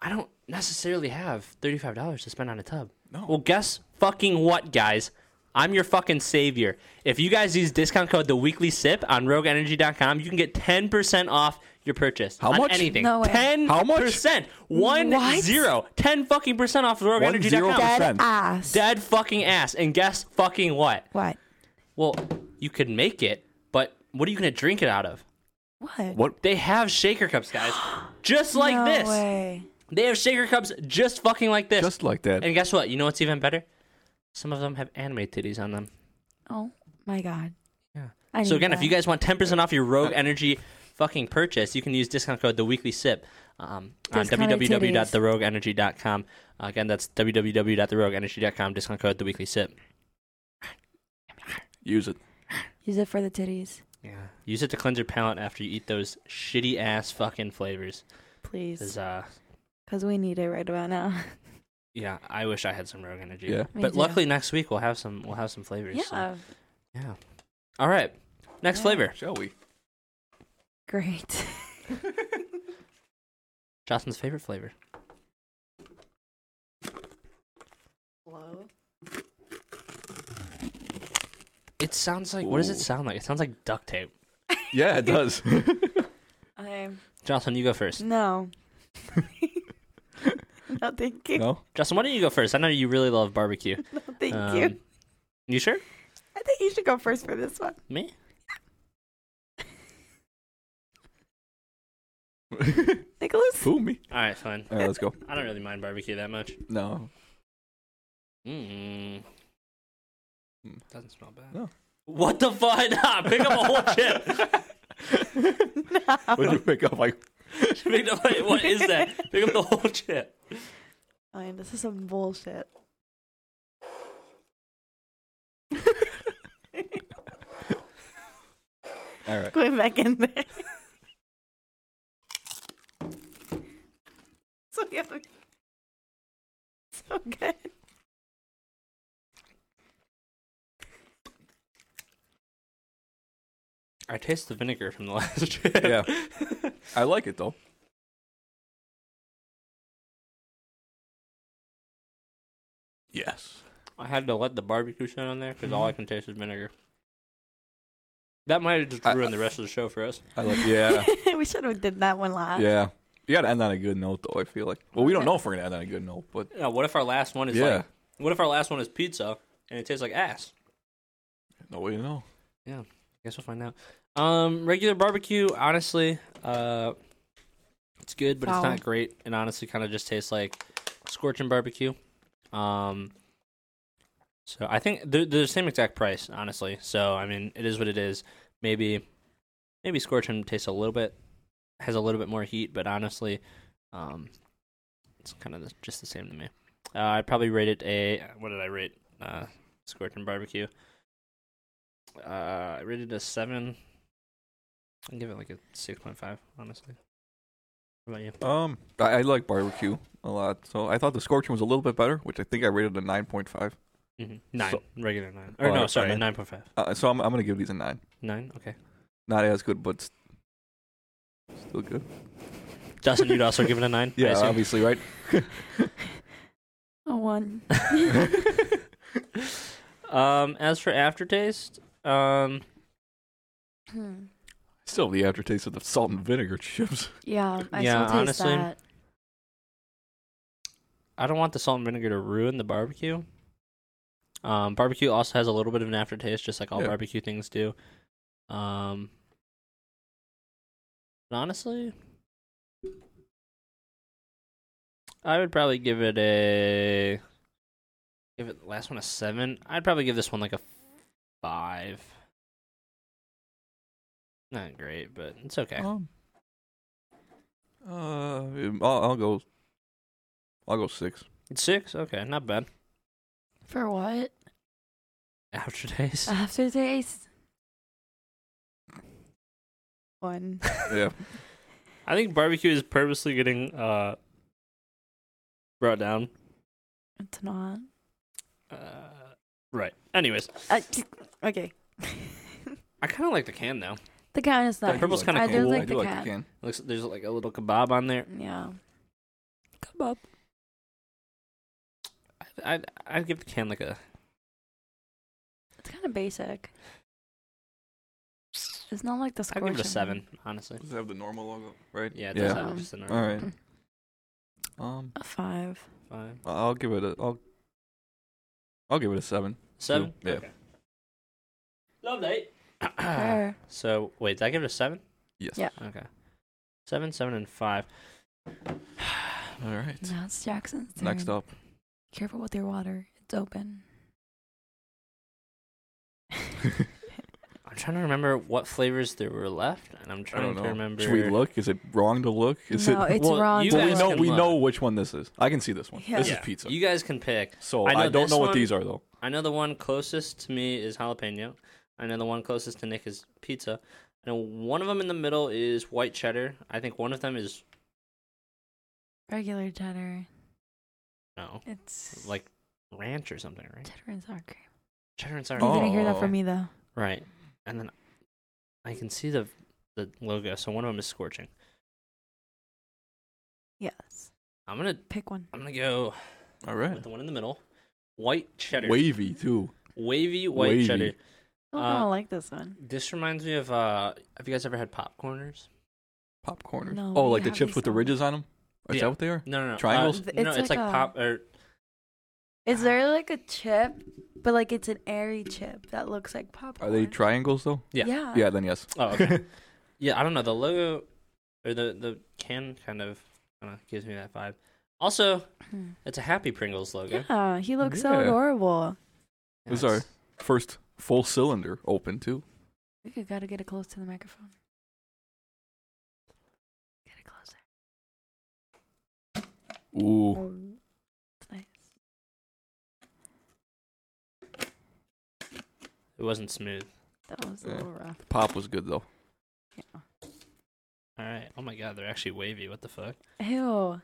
I don't necessarily have thirty-five dollars to spend on a tub. No. Well, guess fucking what, guys. I'm your fucking savior. If you guys use discount code the weekly sip on rogueenergy.com, you can get 10% off your purchase. How on much? Anything. No way. 10 How much? Percent. One What? zero. 10 fucking percent off of One zero rogueenergy.com. percent. Dead friend. ass. Dead fucking ass. And guess fucking what? What? Well, you could make it, but what are you going to drink it out of? What? What? They have shaker cups, guys. Just like no this. way. They have shaker cups just fucking like this. Just like that. and guess what? You know what's even better? Some of them have anime titties on them. Oh my god. Yeah. I So need again, if that. you guys want ten percent off your Rogue Energy fucking purchase, you can use discount code the Weekly Sip um, on Discounted www.therogueenergy.com. Uh, again, that's www.therogueenergy.com. Discount code the Weekly Sip. Use it. use it for the titties, Yeah. Use it to cleanse your palate after you eat those shitty ass fucking flavors. please, 'Cause, uh, because we need it right about now. (laughs) yeah, I wish I had some Rogue Energy. Yeah. Me But too. luckily next week we'll have some. We'll have some flavors. yeah, so- yeah. All right. Next Yeah. flavor. Shall we? great. Jocelyn's favorite flavor. (laughs) Hello. It sounds like. What does it Ooh. sound like? It sounds like duct tape. (laughs) Yeah, it does. (laughs) Okay. Jocelyn, you go first. (laughs) No. no, thank you. no. (laughs) Justin, why don't you go first? I know you really love barbecue. No, (laughs) thank Um, you. You sure? I think you should go first for this one. Me? Nicholas. (laughs) Fool me. All right, fine. All right, let's go. I don't really mind barbecue that much. No. Mm. Mm. Doesn't smell bad. No. What the fuck? (laughs) Nah, pick up a whole chip. (laughs) What did you pick up? Like (laughs) Pick up, wait, what is that? Pick up the whole chip. (laughs) Fine, this is (laughs) some bullshit. all right. Going back in there. so yummy. So good. I taste the vinegar from the (laughs) last chip. (laughs) Yeah. I like it though. Yes. I had to let the barbecue sit on there because all I can taste is vinegar. That might have just ruined the rest of the show for us. I like yeah. (laughs) we should have did that one last. yeah. You gotta end on a good note though, I feel like. Well we don't know if we're gonna end on a good note, but Yeah, what if our last one is yeah. like? What if our last one is pizza and it tastes like ass? No way to know. guess we'll find out. Um, regular barbecue, honestly, uh, it's good, but it's Foul. not great. It honestly kind of just tastes like scorching barbecue. Um, so I think they're, they're the same exact price, honestly. So I mean, it is what it is. Maybe, maybe scorching tastes a little bit has a little bit more heat, but honestly, um, it's kind of the, just the same to me. Uh, I'd probably rate it a what did I rate? Uh, scorching barbecue. Uh, I rated a seven. I give it like a six point five, honestly. What about you? Um I, I like barbecue a lot. So I thought the scorching was a little bit better, which I think I rated a nine point five. Mhm. Nine, So- regular nine. Or Oh, no, that's sorry, fine. nine point five. Uh, so I'm I'm gonna give these a nine. Nine, okay. Not as good, but s- still good. Dustin, you'd also give it a nine. I (laughs) Yeah, assume? obviously, right? A one. (laughs) um, as for aftertaste, um, Hmm. Still the aftertaste of the salt and vinegar chips. yeah, I Yeah, still taste honestly, that. I don't want the salt and vinegar to ruin the barbecue. Um, barbecue also has a little bit of an aftertaste, just like all Yeah. barbecue things do. Um, but honestly, I would probably give it a give it the last one a seven. I'd probably give this one like a five. Not great, but it's okay. Um, uh, I'll, I'll go. I'll go six. It's six, okay, not bad. (laughs) For what? Aftertaste. Aftertaste. One. Yeah. I think barbecue is purposely getting uh, brought down. It's not. Uh, right. Anyways, I- Uh, okay. (laughs) I kind of like the can though. the can is The not. purple's kinda I do cool. like I the do can. like the can. Looks, there's like a little kebab on there. Yeah. Come up. I, I I'd give the can like a It's kind of basic. It's not like the I'd scorching. give it a seven honestly. Does it have the normal logo? Right. Yeah, it Yeah. does have just an All right. one. Um, A five. five I'll give it a. I'll. I'll give it a seven. seven. Yeah. Okay. Lovely. Ah. Fair. (clears throat) so wait, did I give it a seven? Yes. Yeah. Okay. Seven, seven, and five. All right. Now it's Jackson's turn. Next up, (laughs) Careful with your water. It's open. I'm trying to remember what flavors there were left, and I'm I trying don't to know. remember. Should we look? Is it wrong to look? (laughs) Is no, it? it's well, wrong. you to guys we know. can look. We look. know which one this is. I can see this one. Yeah. This is Yeah. pizza. You guys can pick. so I I, know don't this know what one. these are though. I know the one closest to me is jalapeno. I know the one closest to Nick is pizza. I know one of them in the middle is white cheddar. I think one of them is Regular cheddar. no, It's like ranch or something, right? cheddar and sour cream. Cheddar and sour. You cream. didn't hear that Oh. from me though. Right, and then I can see the the logo. So one of them is scorching. Yes. I'm gonna Pick one. I'm gonna go All right. with the one in the middle, white cheddar, Wavy too. wavy white Wavy. cheddar. I Uh, don't kinda like this one. This reminds me of uh, have you guys ever had popcorners? Popcorners. No, oh, we like the have chips these with the on- ridges on them. Is Yeah. that what they are? No, no, no. uh, Triangles? Th- no, it's it's like, like a- pop or Is there like a chip, but like it's an airy chip that looks like Are popcorn? they triangles though? Yeah. Yeah. Yeah. Then yes. Oh, okay. (laughs) yeah, I don't know. The logo or the the can kind of I don't know, gives me that vibe. Also, Hmm. it's a Happy Pringles logo. Yeah, he looks so Yeah. adorable. Those Yes. (laughs) First full cylinder open too. We could gotta get it close to the microphone. Get it closer. Ooh. It's nice. It wasn't smooth. That was a Yeah. little rough. Pop was good though. Yeah. All right. Oh my God, they're actually wavy. What the fuck? Ew.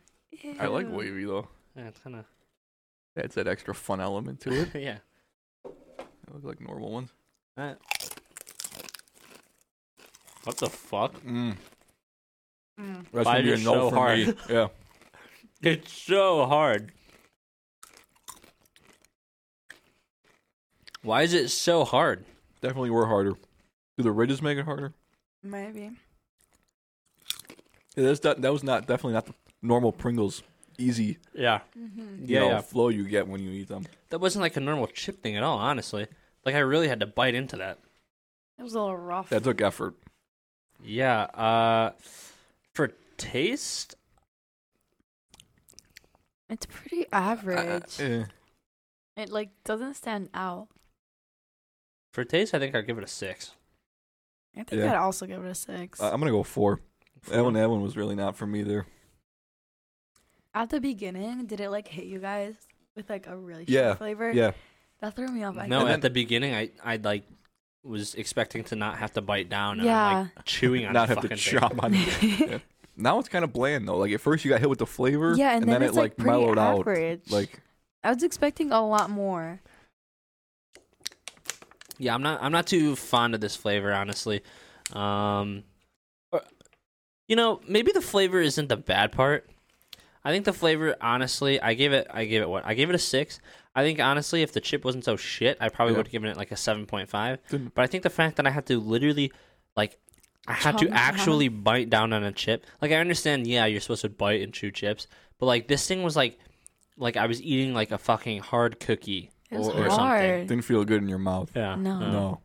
I like Ew. wavy though. Yeah, it's (laughs) kind of That's that extra fun element to it. yeah. They look like normal ones. All right. What the fuck? Mm. Mm. Why That's gonna be a is it no so for hard? me. Yeah. It's so hard. Why is it so hard? (laughs) Definitely were harder. Do the ridges make it harder? Maybe. Yeah, that's not, that was not definitely not the normal Pringles easy Yeah. Mm-hmm. you Yeah, know, yeah. flow you get when you eat them. That wasn't like a normal chip thing at all, honestly. Like I really had to bite into that. It was a little rough. That took effort. Yeah. Uh for taste, it's pretty average. Uh, eh. it like doesn't stand out. for taste I think I'd give it a 6. I think Yeah. I'd also give it a six. Uh, I'm gonna go four. That Four. one, that one was really not for me there. At the beginning, did it like hit you guys with like a really Yeah, shitty flavor? Yeah, That threw me off. No, I And at guess. then- the beginning I I like was expecting to not have to bite down and I'm yeah. like chewing on (laughs) not the have to fucking thing. (laughs) chop on. it. (laughs) Now it's kind of bland though. Like at first you got hit with the flavor, yeah, and, then, it it's like, pretty mellowed out. average. Like I was expecting a lot more. Yeah, I'm not. I'm not too fond of this flavor, honestly. Um, or- you know, maybe the flavor isn't the bad part. I think the flavor, honestly, I gave it. I gave it what? I gave it a six. I think honestly, if the chip wasn't so shit, I probably Yeah. would have given it like a seven point five. Didn't- But I think the fact that I had to literally, like, I had Chomp to down. actually bite down on a chip. Like, I understand. Yeah, you're supposed to bite and chew chips, but like this thing was like, like I was eating like a fucking hard cookie It was or, or something. hard. didn't feel good in your mouth. Yeah. No. Uh, No,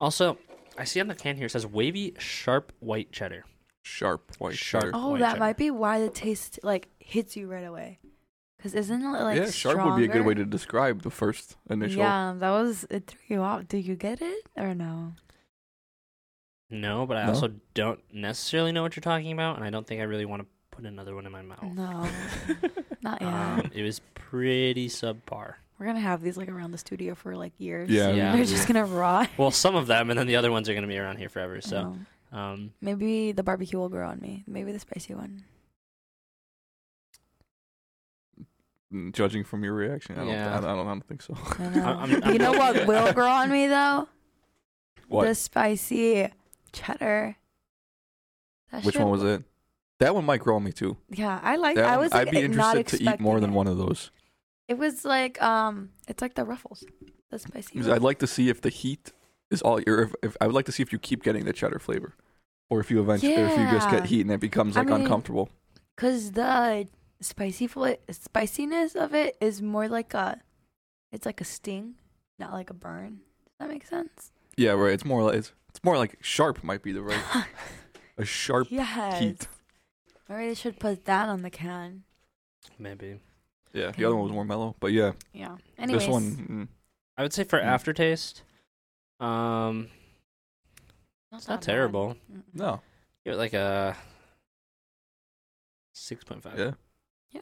also, I see on the can here it says wavy sharp white cheddar. sharp white Sharp. cheddar. Oh, White that cheddar. might be why the taste like hits you right away. Because isn't it like yeah, sharp would be a good way to describe the first initial. Yeah, that was it. Threw you out. Did you get it or no? No, but I No? also don't necessarily know what you're talking about, and I don't think I really want to put another one in my Oh. mouth. No, (laughs) Uh. not yet. Um, it was pretty subpar. We're gonna have these like around the studio for like years. Yeah, Yeah. (laughs) they're just gonna rot. Well, some of them, and then the other ones are going to be around here forever. So, Um, um, maybe the barbecue will grow on me. Maybe the spicy one. (laughs) Mm, Judging from your reaction, I don't, Yeah. I, don't, I don't think so. (laughs) I don't know. I'm- I'm- you know what will grow on me though? What? The spicy cheddar. That Which shit- one was it? That one might grow on me too. Yeah, I like. That I one- was. I'd Like, be not interested to eat more expecting than it. one of those. It was like um, it's like the ruffles, the spicy. 'Cause I'd like to see if the heat is all. Or if, if I would like to see if you keep getting the cheddar flavor, or if you eventually, if you just Yeah. get heat and it becomes I like mean- uncomfortable. Cause the spicy fl- spiciness of it is more like a, it's like a sting, not like a burn. Does that make sense? Yeah, right. It's more like it's, it's more like sharp might be the (laughs) right (sighs) a sharp yes. heat. Maybe they should put that on the can. maybe Yeah, the other one was more mellow, but yeah, Yeah. Anyways, this one. I would say for Mm. aftertaste, um, it's not bad. terrible. Mm-mm. mm, No, Give it like a six point five. yeah, Yeah.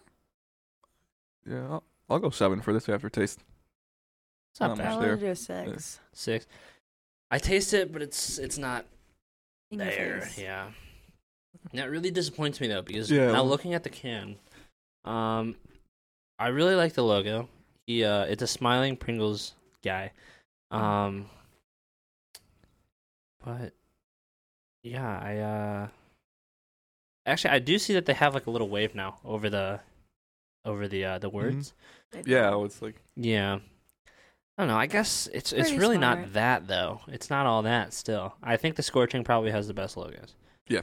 yeah. I'll, I'll go seven for this aftertaste. It's not Um, bad. I much would there. do a six. Six. I taste it, but it's it's not In your there. face. Yeah. That really disappoints me though, because Yeah, now well- looking at the can, um, I really like the logo. He, uh, it's a smiling Pringles guy. Um, but yeah, I uh, actually I do see that they have like a little wave now over the over the uh, the words. But Yeah, it's like Yeah. I don't know. I guess it's it's Pretty really smart. not that though. It's not all that still. I think the Scorching probably has the best logos. Yeah.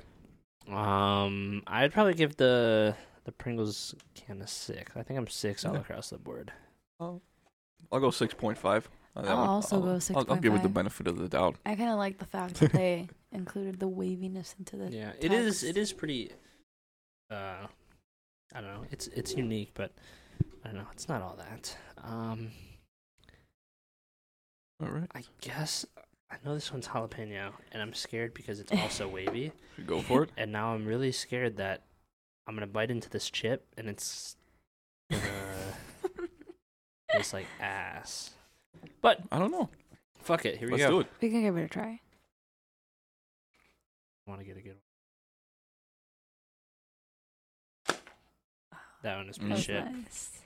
Um I'd probably give the the Pringles can a 6. I think I'm 6 all Yeah. across the board. I'll go six point five. I'll also go I'll, I'll give it the 6.5. benefit of the doubt. I kind of like the fact that (laughs) they included the waviness into the. Yeah. It is text. it is pretty uh I don't know. It's it's unique, but I don't know. It's not all that. Um All right, I guess I know this one's jalapeno and I'm scared because it's also wavy. should go for it. and now I'm really scared that I'm gonna bite into this chip and it's gonna (laughs) taste like ah. ass. But I don't know. fuck it, here we Let's go. do it. We can give it a try. Want to get a good one? That one is Mm. pretty Ah, That was shit. nice.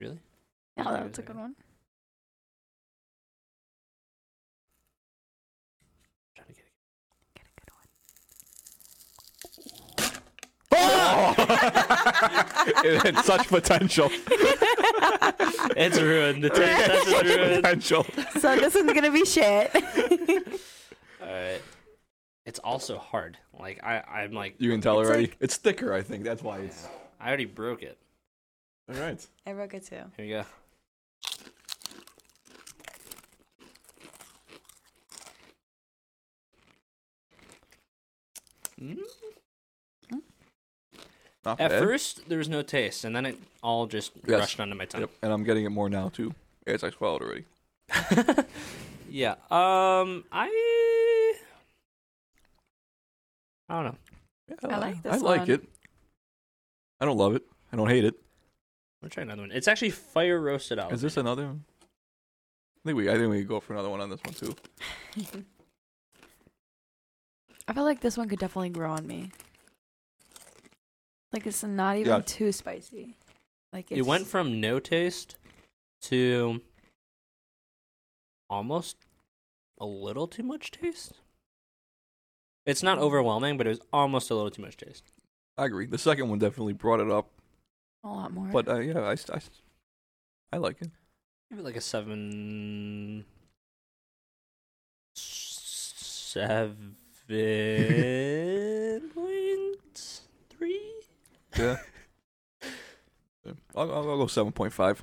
Really? Yeah, Give it that a was a good second. one. Trying to get a- Get it, get it. (laughs) it had such potential. It's ruined. (laughs) The taste test is such ruined. potential. (laughs) so this one's gonna be (laughs) shit. All right. It's also hard. Like I, I'm like You can tell It's already. like- it's thicker, I think. That's why it's. I already broke it. All right. I broke it too. Here you go. Mm. Hmm? Not At bad. first, there was no taste, and then it all just Yes. rushed onto my tongue. Yep. And I'm getting it more now, too. It's like swallowed already. (laughs) yeah. Um. I. I don't know. Yeah, I like I this like one. it. I don't love it. I don't hate it. I'm gonna try another one. It's actually fire roasted out. Is this another? one? I think we. I think we could go for another one on this one too. I feel like this one could definitely grow on me. Like it's not even Yeah. too spicy. Like it's It went from no taste to almost a little too much taste. It's not overwhelming, but it was almost a little too much taste. I agree. The second one definitely brought it up, a lot more. but uh, yeah, I, s- I, s- I like it. Give it like a seven, seven point three. Yeah. I'll, I'll go seven point five.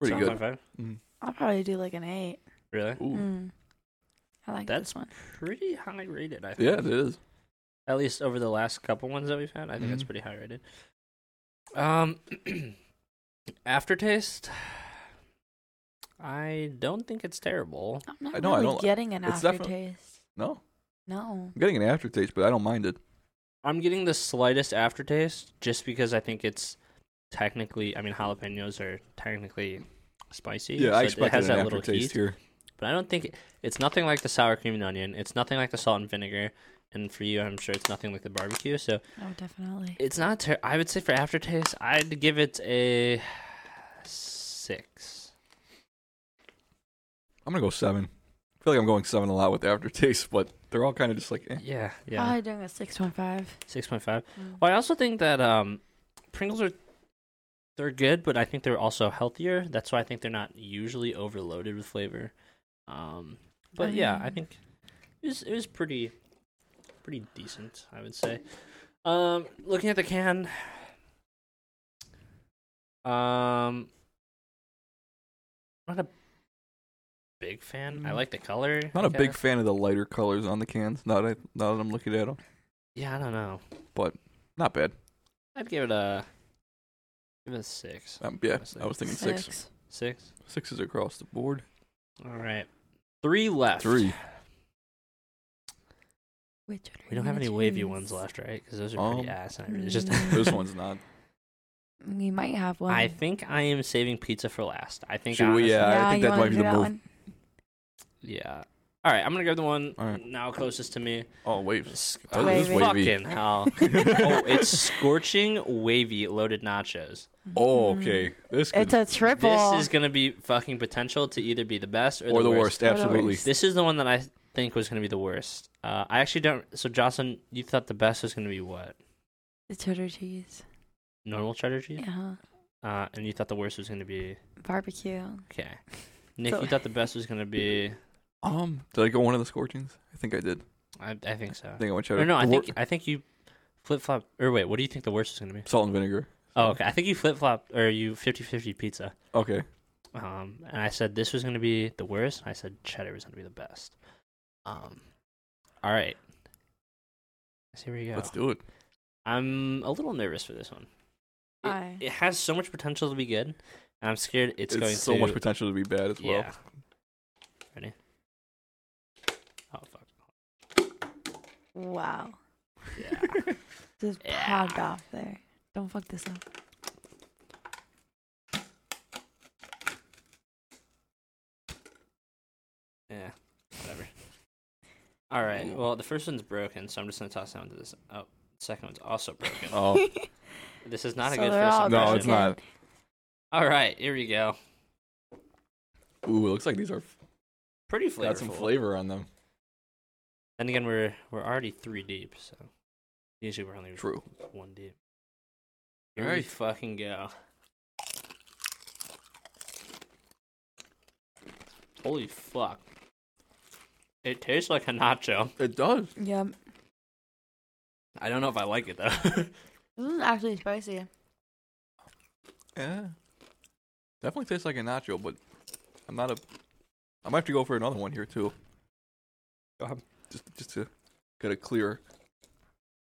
Pretty good. 7.5. Mm. I'll probably do like an eight. Really? Ooh. Mm. I like That's this one. Pretty high rated, I think. Yeah, it is. At least over the last couple ones that we've had, I think that's Mhm. pretty high rated. Um, (clears throat) aftertaste. I don't think it's terrible. I'm not I know, I really don't like- getting an it's definitely- aftertaste. No, No. I'm getting an aftertaste, but I don't mind it. I'm getting the slightest aftertaste just because I think it's technically. I mean, jalapenos are technically spicy. Yeah, I so expected an aftertaste heat, here. But I don't think it's nothing like the sour cream and onion. It's nothing like the salt and vinegar. And for you, I'm sure it's nothing like the barbecue. So Oh, definitely. It's not. Ter- I would say for aftertaste, I'd give it a six. I'm gonna go seven. I feel like I'm going seven a lot with aftertaste, but they're all kind of just like eh. Yeah, yeah, Hmm. Probably doing a six point five. six point five. Mm. Well, I also think that um, Pringles are they're good, but I think they're also healthier. That's why I think they're not usually overloaded with flavor. Um, but yeah, I Um. think it was it was pretty pretty decent. I would say. Um, looking at the can. Um, not a big fan. I Mm. like the color. Not I a big guess. fan of the lighter colors on the cans. Now that I, now that I'm looking at them, Yeah, I don't know. not bad. I'd give it a give it a six. Um, yeah, Honestly. I was thinking six. Six. Sixes across the board. All right. Three left. (laughs) Three. Which one are We don't you have any gonna wavy choose? ones left, right? Because those are pretty Um, ass. And I really (laughs) just. mm. this one's not. We might have one. I think I am saving pizza for last. I think. Should we, honestly- uh, I yeah, think you that wanna might do be the that move. one? Yeah. All right. I'm gonna grab the one All right. now closest to me. Oh, waves. It's Oh, this is wavy. Fucking (laughs) hell. oh, it's scorching wavy loaded nachos. Oh, Mm. okay. This could, It's a triple. This is gonna be fucking potential to either be the best or, or the worst. Or the Absolutely. worst. This is the one that I think was gonna be the worst. Uh, I actually don't. So Jocelyn, you thought the best was gonna be what? the cheddar cheese. Normal cheddar cheese. Yeah. Uh, and you thought the worst was gonna be Barbecue. Okay. Nick, So- you thought the best was gonna be. Um, did I go one of the scorchings? I think I did. I, I think so. I think I went cheddar. Or no, I the wor- think I think you flip flop. Or wait, what do you think the worst is gonna be? salt and vinegar. Oh, okay. I think you flip flop or you 50-50 pizza. Okay. Um, and I said this was gonna be the worst. And I said cheddar was gonna be the best. Um, all right. Let's see where you go. Let's do it. I'm a little nervous for this one. It, Aye. it has so much potential to be good, and I'm scared it's, It's, going so to much potential to be bad as well. Yeah. Ready? Oh fuck. Wow. Yeah. Just Yeah. popped off there. Don't fuck this up. Yeah, whatever. All right. Well, the first one's broken, so I'm just gonna toss that one to this. Oh, second one's also broken. (laughs) Oh This is not a So good they're first all impression. no, it's not. All right, here we go. Ooh, it looks like these are Pretty flavorful. got some flavor on them. Then again, we're we're already three deep, so Usually we're only True. one deep. Here we Alright. fucking go. Holy fuck. It tastes like a nacho. It does. Yeah, I don't know if I like it though. this is actually spicy. Yeah. Definitely tastes like a nacho, but I'm not a. I might have to go for another one here too. Um, just just to get a clear.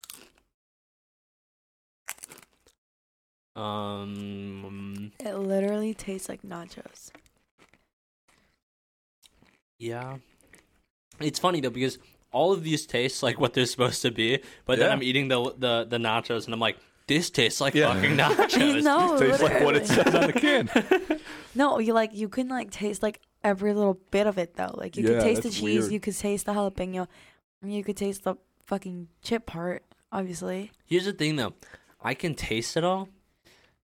(laughs) um It literally tastes like (laughs) nachos. yeah. It's funny though because all of these taste like what they're supposed to be, but then Yeah. I'm eating the the the nachos and I'm like this tastes like Yeah. (laughs) fucking nachos. no, tastes like what it literally. says on the can. No, you like you can like taste like every little bit of it though. Like you Yeah, could taste the that's cheese, weird. you could taste the jalapeno, and you could taste the fucking chip part, obviously. (laughs) Here's the thing though. I can taste it all,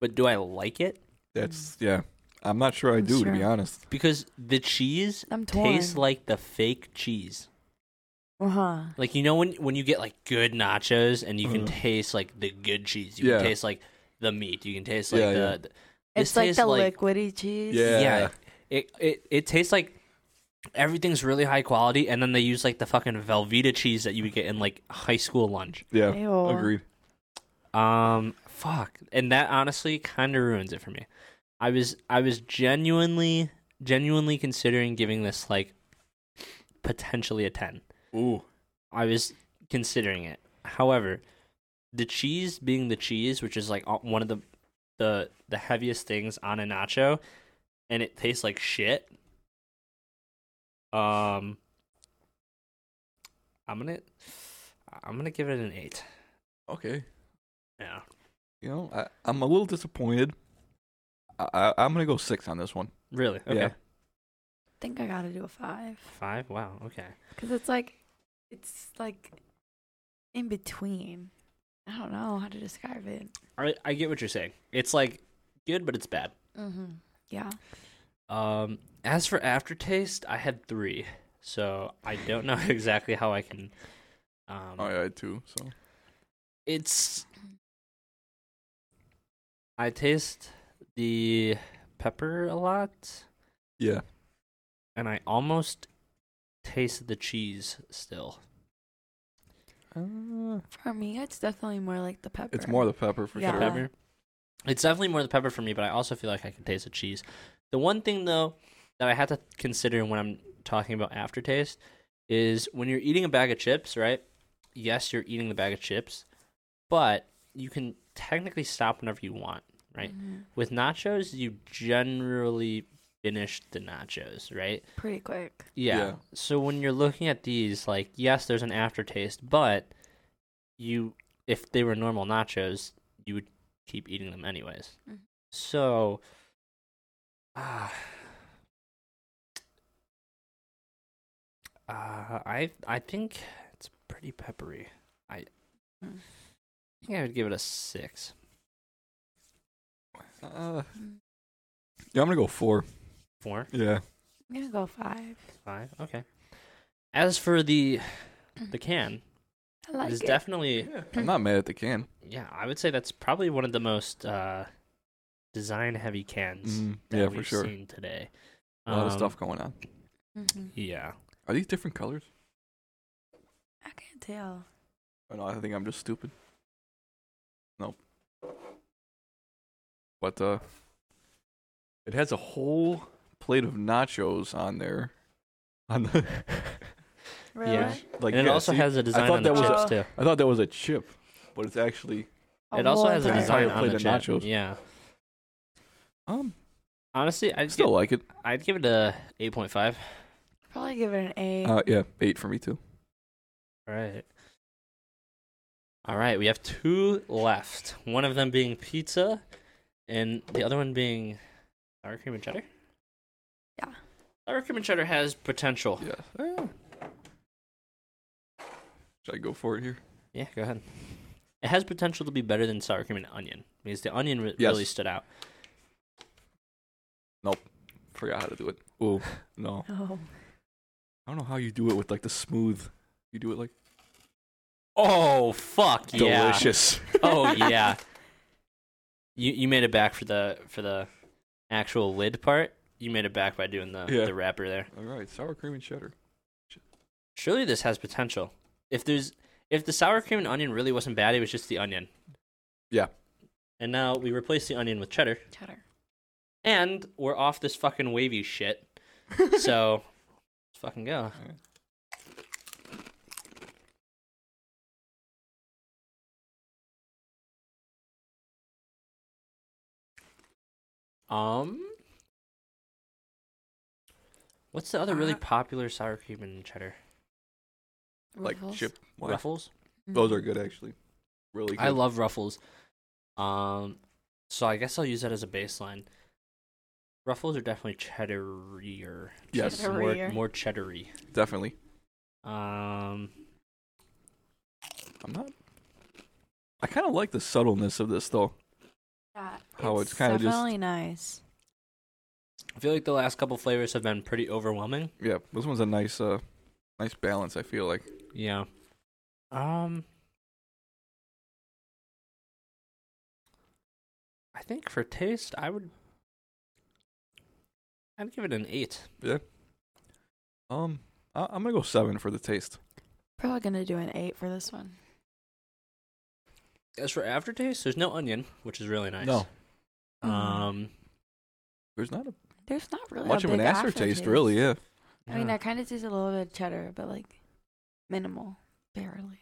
but do I like it? That's yeah. I'm not sure I I'm do to be sure. honest. Because the cheese I'm torn. tastes like the fake cheese. uh huh. Like you know when when you get like good nachos and you can Mhm. taste like the good cheese. You Yeah. can taste like the meat. You can taste like Yeah, the, yeah. the- This It's like tastes the like- liquidy cheese. Yeah. It it it tastes like everything's really high quality and then they use like the fucking Velveeta cheese that you would get in like high school lunch. Yeah, Ew. agreed. Um fuck. And that honestly kind of ruins it for me. I was I was genuinely genuinely considering giving this like potentially a 10. Ooh, I was considering it. However, the cheese being the cheese, which is like uh, one of the the the heaviest things on a nacho, and it tastes like shit. Um, I'm gonna I'm gonna give it an eight. okay. Yeah, You know, I, I'm a little disappointed. I, I, I'm gonna go six on this one. really? Okay, Yeah. I think I gotta do a five five. Wow. Okay. because it's like, it's like, in between. I don't know how to describe it. All right. I get what you're saying. It's like good, but it's bad. Mm-hmm. Yeah. Um, as for aftertaste, I had three, so I don't know (laughs) exactly how I can. Um, Oh yeah, I had two. So it's I taste the pepper a lot yeah, and I almost taste the cheese still. For me, it's definitely more like the pepper. it's more the pepper for Uh, Yeah. sure. Pepper. It's definitely more the pepper for me, but I also feel like I can taste the cheese. The one thing though that I have to consider when I'm talking about aftertaste is when you're eating a bag of chips, right? Yes, you're eating the bag of chips, but you can technically stop whenever you want. right? Mhm. with nachos you generally finish the nachos right Pretty quick. yeah. Yeah. so when you're looking at these like yes there's an aftertaste but you if they were normal nachos you would keep eating them anyways Mhm. so (sighs) ah uh, I I think it's pretty peppery. I Mm. I think I would give it a six. Uh, yeah, I'm gonna go four. Four. Yeah, I'm gonna go five. Five. Okay. As for the Mm-hmm. the can, I like it is it. definitely I'm not mad at the can. yeah. I would say that's probably one of the most uh, design heavy cans Mm, that yeah, we've for sure. seen today. A lot of Um, stuff going on. Mhm. Yeah. Are these different colors? I can't tell. Oh, no, I think I'm just stupid. Nope. But uh, it has a whole plate of nachos on there. (laughs) (laughs) On the Really? Yeah. like, and it yeah, also see? has a design thought on the that was chips too. I thought that was a chip, but it's actually It also has a entire design on plate the of chip. nachos. Yeah. um Honestly, I'd still give, like it. I'd give it a eight point five. Probably give it an eight. Uh, yeah, eight for me too. All right. All right, we have two left. One of them being pizza, and the other one being sour cream and cheddar. Yeah. Sour cream and cheddar has potential. Yeah. Eh. Should I go for it here? Yeah, go ahead. It has potential to be better than sour cream and onion because the onion re- Yes. really stood out. Forgot how to do it. Oh no, oh. I don't know how you do it with like the smooth. You do it like Oh fuck yeah! Delicious. (laughs) Oh yeah. You you made it back for the for the actual lid part. You made it back by doing the Yeah. the wrapper there. All right, sour cream and cheddar. Surely this has potential. If there's if the sour cream and onion really wasn't bad, it was just the onion. Yeah. And now we replace the onion with cheddar, (laughs) Cheddar. and we're off this fucking wavy shit. (laughs) So (laughs) let's fucking go. Alright. Um, what's the other really Uh, popular sour cream and cheddar? like Ruffles. Mm-hmm. chip. Why? Ruffles. Those are good actually. Really good. I love ruffles. Um, so I guess I'll use that as a baseline. Ruffles are definitely cheddarier. Yes. More, Cheddarier. more cheddary. Definitely. Um, I'm not. I kind of like the subtleness of this though. Yeah, How it's kinda just- definitely nice. I feel like the last couple flavors have been pretty overwhelming. Yeah, this one's a nice, uh, nice balance. I feel like. Yeah. Um, I think for taste, I would. I'd give it an eight. Um, I- I'm gonna go seven for the taste. Probably gonna do an eight for this one. As for aftertaste, there's no onion, which is really nice. No. Mm-hmm. Um. There's not a, There's not really much a of an big aftertaste, really. Yeah. I mean, yeah. I kind of taste a little bit of cheddar, but like minimal, barely.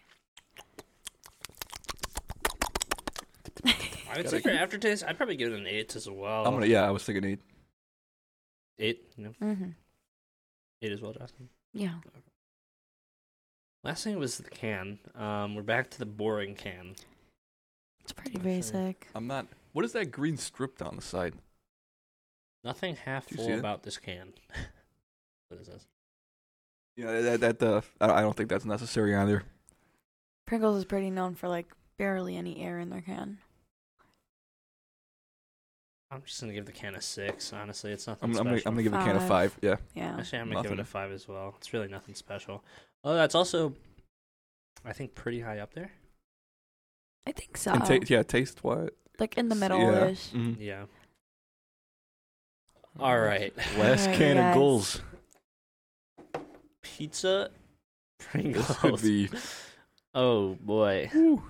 I would Gotta- say for aftertaste, I'd probably give it an eight as well. I'm gonna. Yeah, I was thinking eight. eight. No, (laughs) mm-hmm. eight as well, Justin. Yeah. Last thing was the can. Um, we're back to the boring can. It's pretty Sure. basic. I'm not. What is that green strip down the side? Nothing half Do you full see it? about this can. (laughs) what is this? Yeah, that that, that uh, I I don't think that's necessary either. Pringles is pretty known for like barely any air in their can. I'm just gonna give the can a six. Honestly, it's nothing I'm, I'm special. gonna I'm gonna give a can a Five. five. Yeah. Yeah. Actually, I'm gonna give it a Nothing. five as well. It's really nothing special. Oh, that's also, I think, pretty high up there. I think so. And ta- yeah, taste what? like in the Mm-hmm. Yeah. middle ish. Mhm. Yeah. All right. Last Alright, can guys. of goals. Pizza, Pringles. This could be. Oh boy. Whew.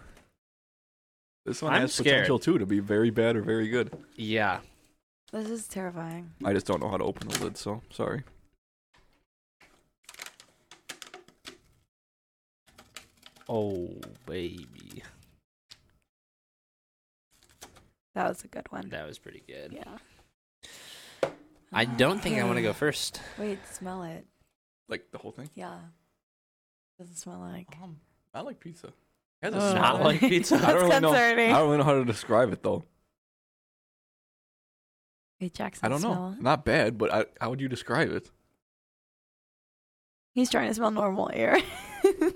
This one I'm has scared. potential too to be very bad or very good. Yeah. This is terrifying. I just don't know how to open the lid, so sorry. Oh baby, That was a good one. that was pretty good. Yeah. Oh, I don't think I want to go Okay. first. Wait, smell it. Like the whole thing. Yeah. Doesn't smell like. Um, I like pizza. It has Uh, a Not sour- like pizza. I (laughs) That's don't really know. I Oh. concerning. don't really know how to describe it though. Wait, Jackson, I don't know. smell it. Not bad, but I, how would you describe it? He's trying to smell normal (laughs) air. (laughs)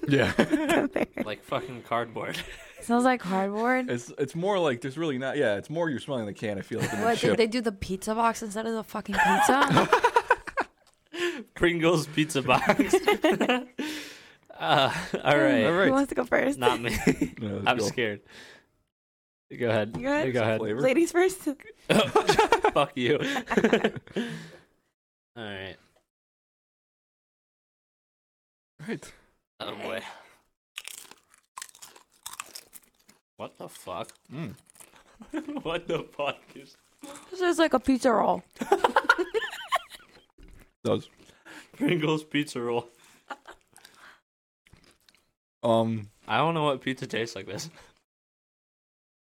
Yeah. Compared. Like fucking (laughs) cardboard. Smells like cardboard. It's it's more like there's really not. Yeah, it's more you're smelling the can. I feel like than the (laughs) What did chip. they do the pizza box instead of the fucking (laughs) pizza? Pringles pizza (laughs) box. uh, all right. All right. Who wants to go first? Not me. Yeah, let's I'm go. scared. Go ahead. You good? Go ahead. Flavor. Ladies first. (laughs) Fuck (laughs) you. All right. Right. Oh boy. What the fuck? Mm. (laughs) what the fuck is (laughs) This is like a pizza roll. Those. Pringles pizza roll? Um. I don't know what pizza tastes like this.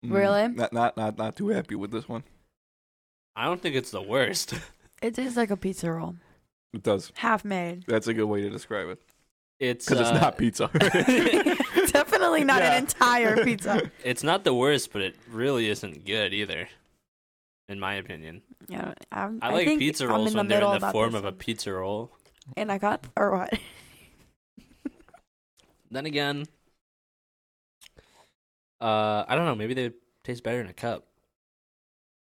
mm, Really? Not not not not too happy with this one. I don't think it's the worst. (laughs) It tastes like a pizza roll, It does. half made. That's a good way to describe it It's because it's uh, not (laughs) pizza. (laughs) Definitely not Yeah. an entire pizza. It's not the worst, but it really isn't good either, in my opinion. Yeah, I'm, I, like think pizza I'm rolls in when the they're middle in the about form this of a one. pizza roll. And I got or what? Then again, uh, I don't know. Maybe they taste better in a (laughs) cup.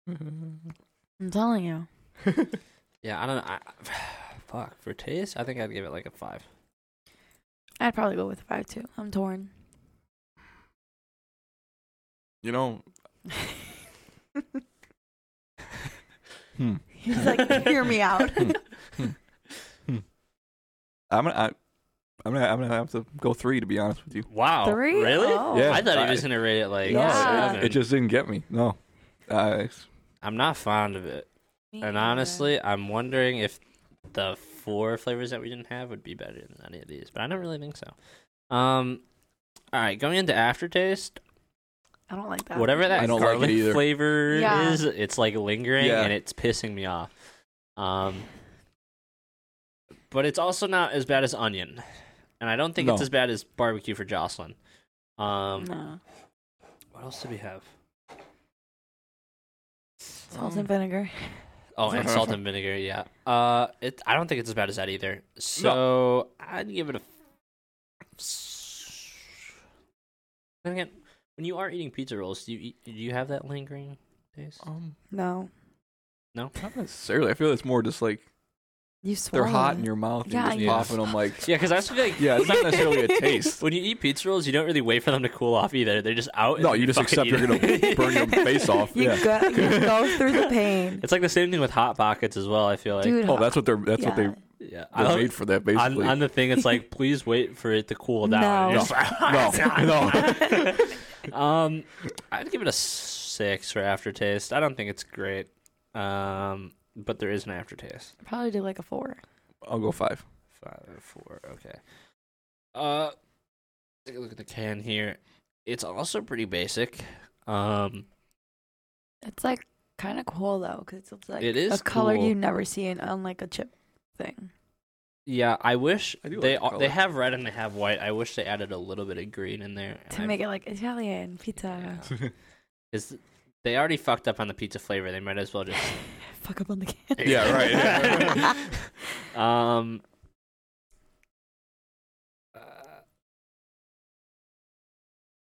I'm telling you. Yeah, I don't know. I, (sighs) fuck for taste, I think I'd give it like a five. I'd probably go with five too. I'm torn. You know, (laughs) Hmm. He's like, hear me out. Hmm. I'm gonna, I, I'm gonna, I'm gonna have to go three to be honest with you. Wow. Three? Really? Oh. Yeah. I thought I- he was gonna rate it like No, yeah. Yeah. seven. It just didn't get me. No, I, I'm not fond of it, Me and neither. honestly, I'm wondering if the four flavors that we didn't have would be better than any of these, but I don't really think so. Um, all right, going into aftertaste, I don't like that. whatever that I don't like it garlic either. flavor Yeah. is, it's like lingering Yeah. and it's pissing me off. Um, but it's also not as bad as onion, and I don't think it's No. as bad as barbecue for Jocelyn. Um, No. what else did we have? Salt um, Mm. and vinegar. Oh, (laughs) and salt and vinegar, yeah. Uh, it. I don't think it's as bad as that either. So I'd give it a. Then again, when you are eating pizza rolls, do you eat, do you have that lingering taste? um, No. not necessarily. I feel it's more just like You swallow. they're hot it. in your mouth Yeah, and I you know. just popping them like. Yeah, because I also feel like Yeah, it's (laughs) not necessarily a taste. when you eat pizza rolls, you don't really wait for them to cool off either. They're just out. and No, then you just fucking accept eat you're it. gonna (laughs) burn your face (laughs) off. You, yeah. go, you go through the pain. It's like the same thing with hot pockets as well. I feel like Dude, Oh, that's what they're. That's what they. yeah. They're yeah, I love- made for that on, basically. on the thing, it's (laughs) like please wait for it to cool down. No. You're just like, no, no. (laughs) Um, I'd give it a six for aftertaste. I don't think it's great. Um, but there is an aftertaste. Probably do like a four. I'll go five. Five, four, okay. Uh, take a look at the can here. It's also pretty basic. Um, It's like kind of cool though, because it's like It is a color cool. you never see in on like a chip thing. yeah, I wish I do they like the are- they color. have red and they have white. I wish they added a little bit of green in there To I- make it like Italian pizza. Yeah. 'Cause they already fucked up on the pizza flavor. They might as well (laughs) just Fuck up on (laughs) the can. Yeah, right. um. uh,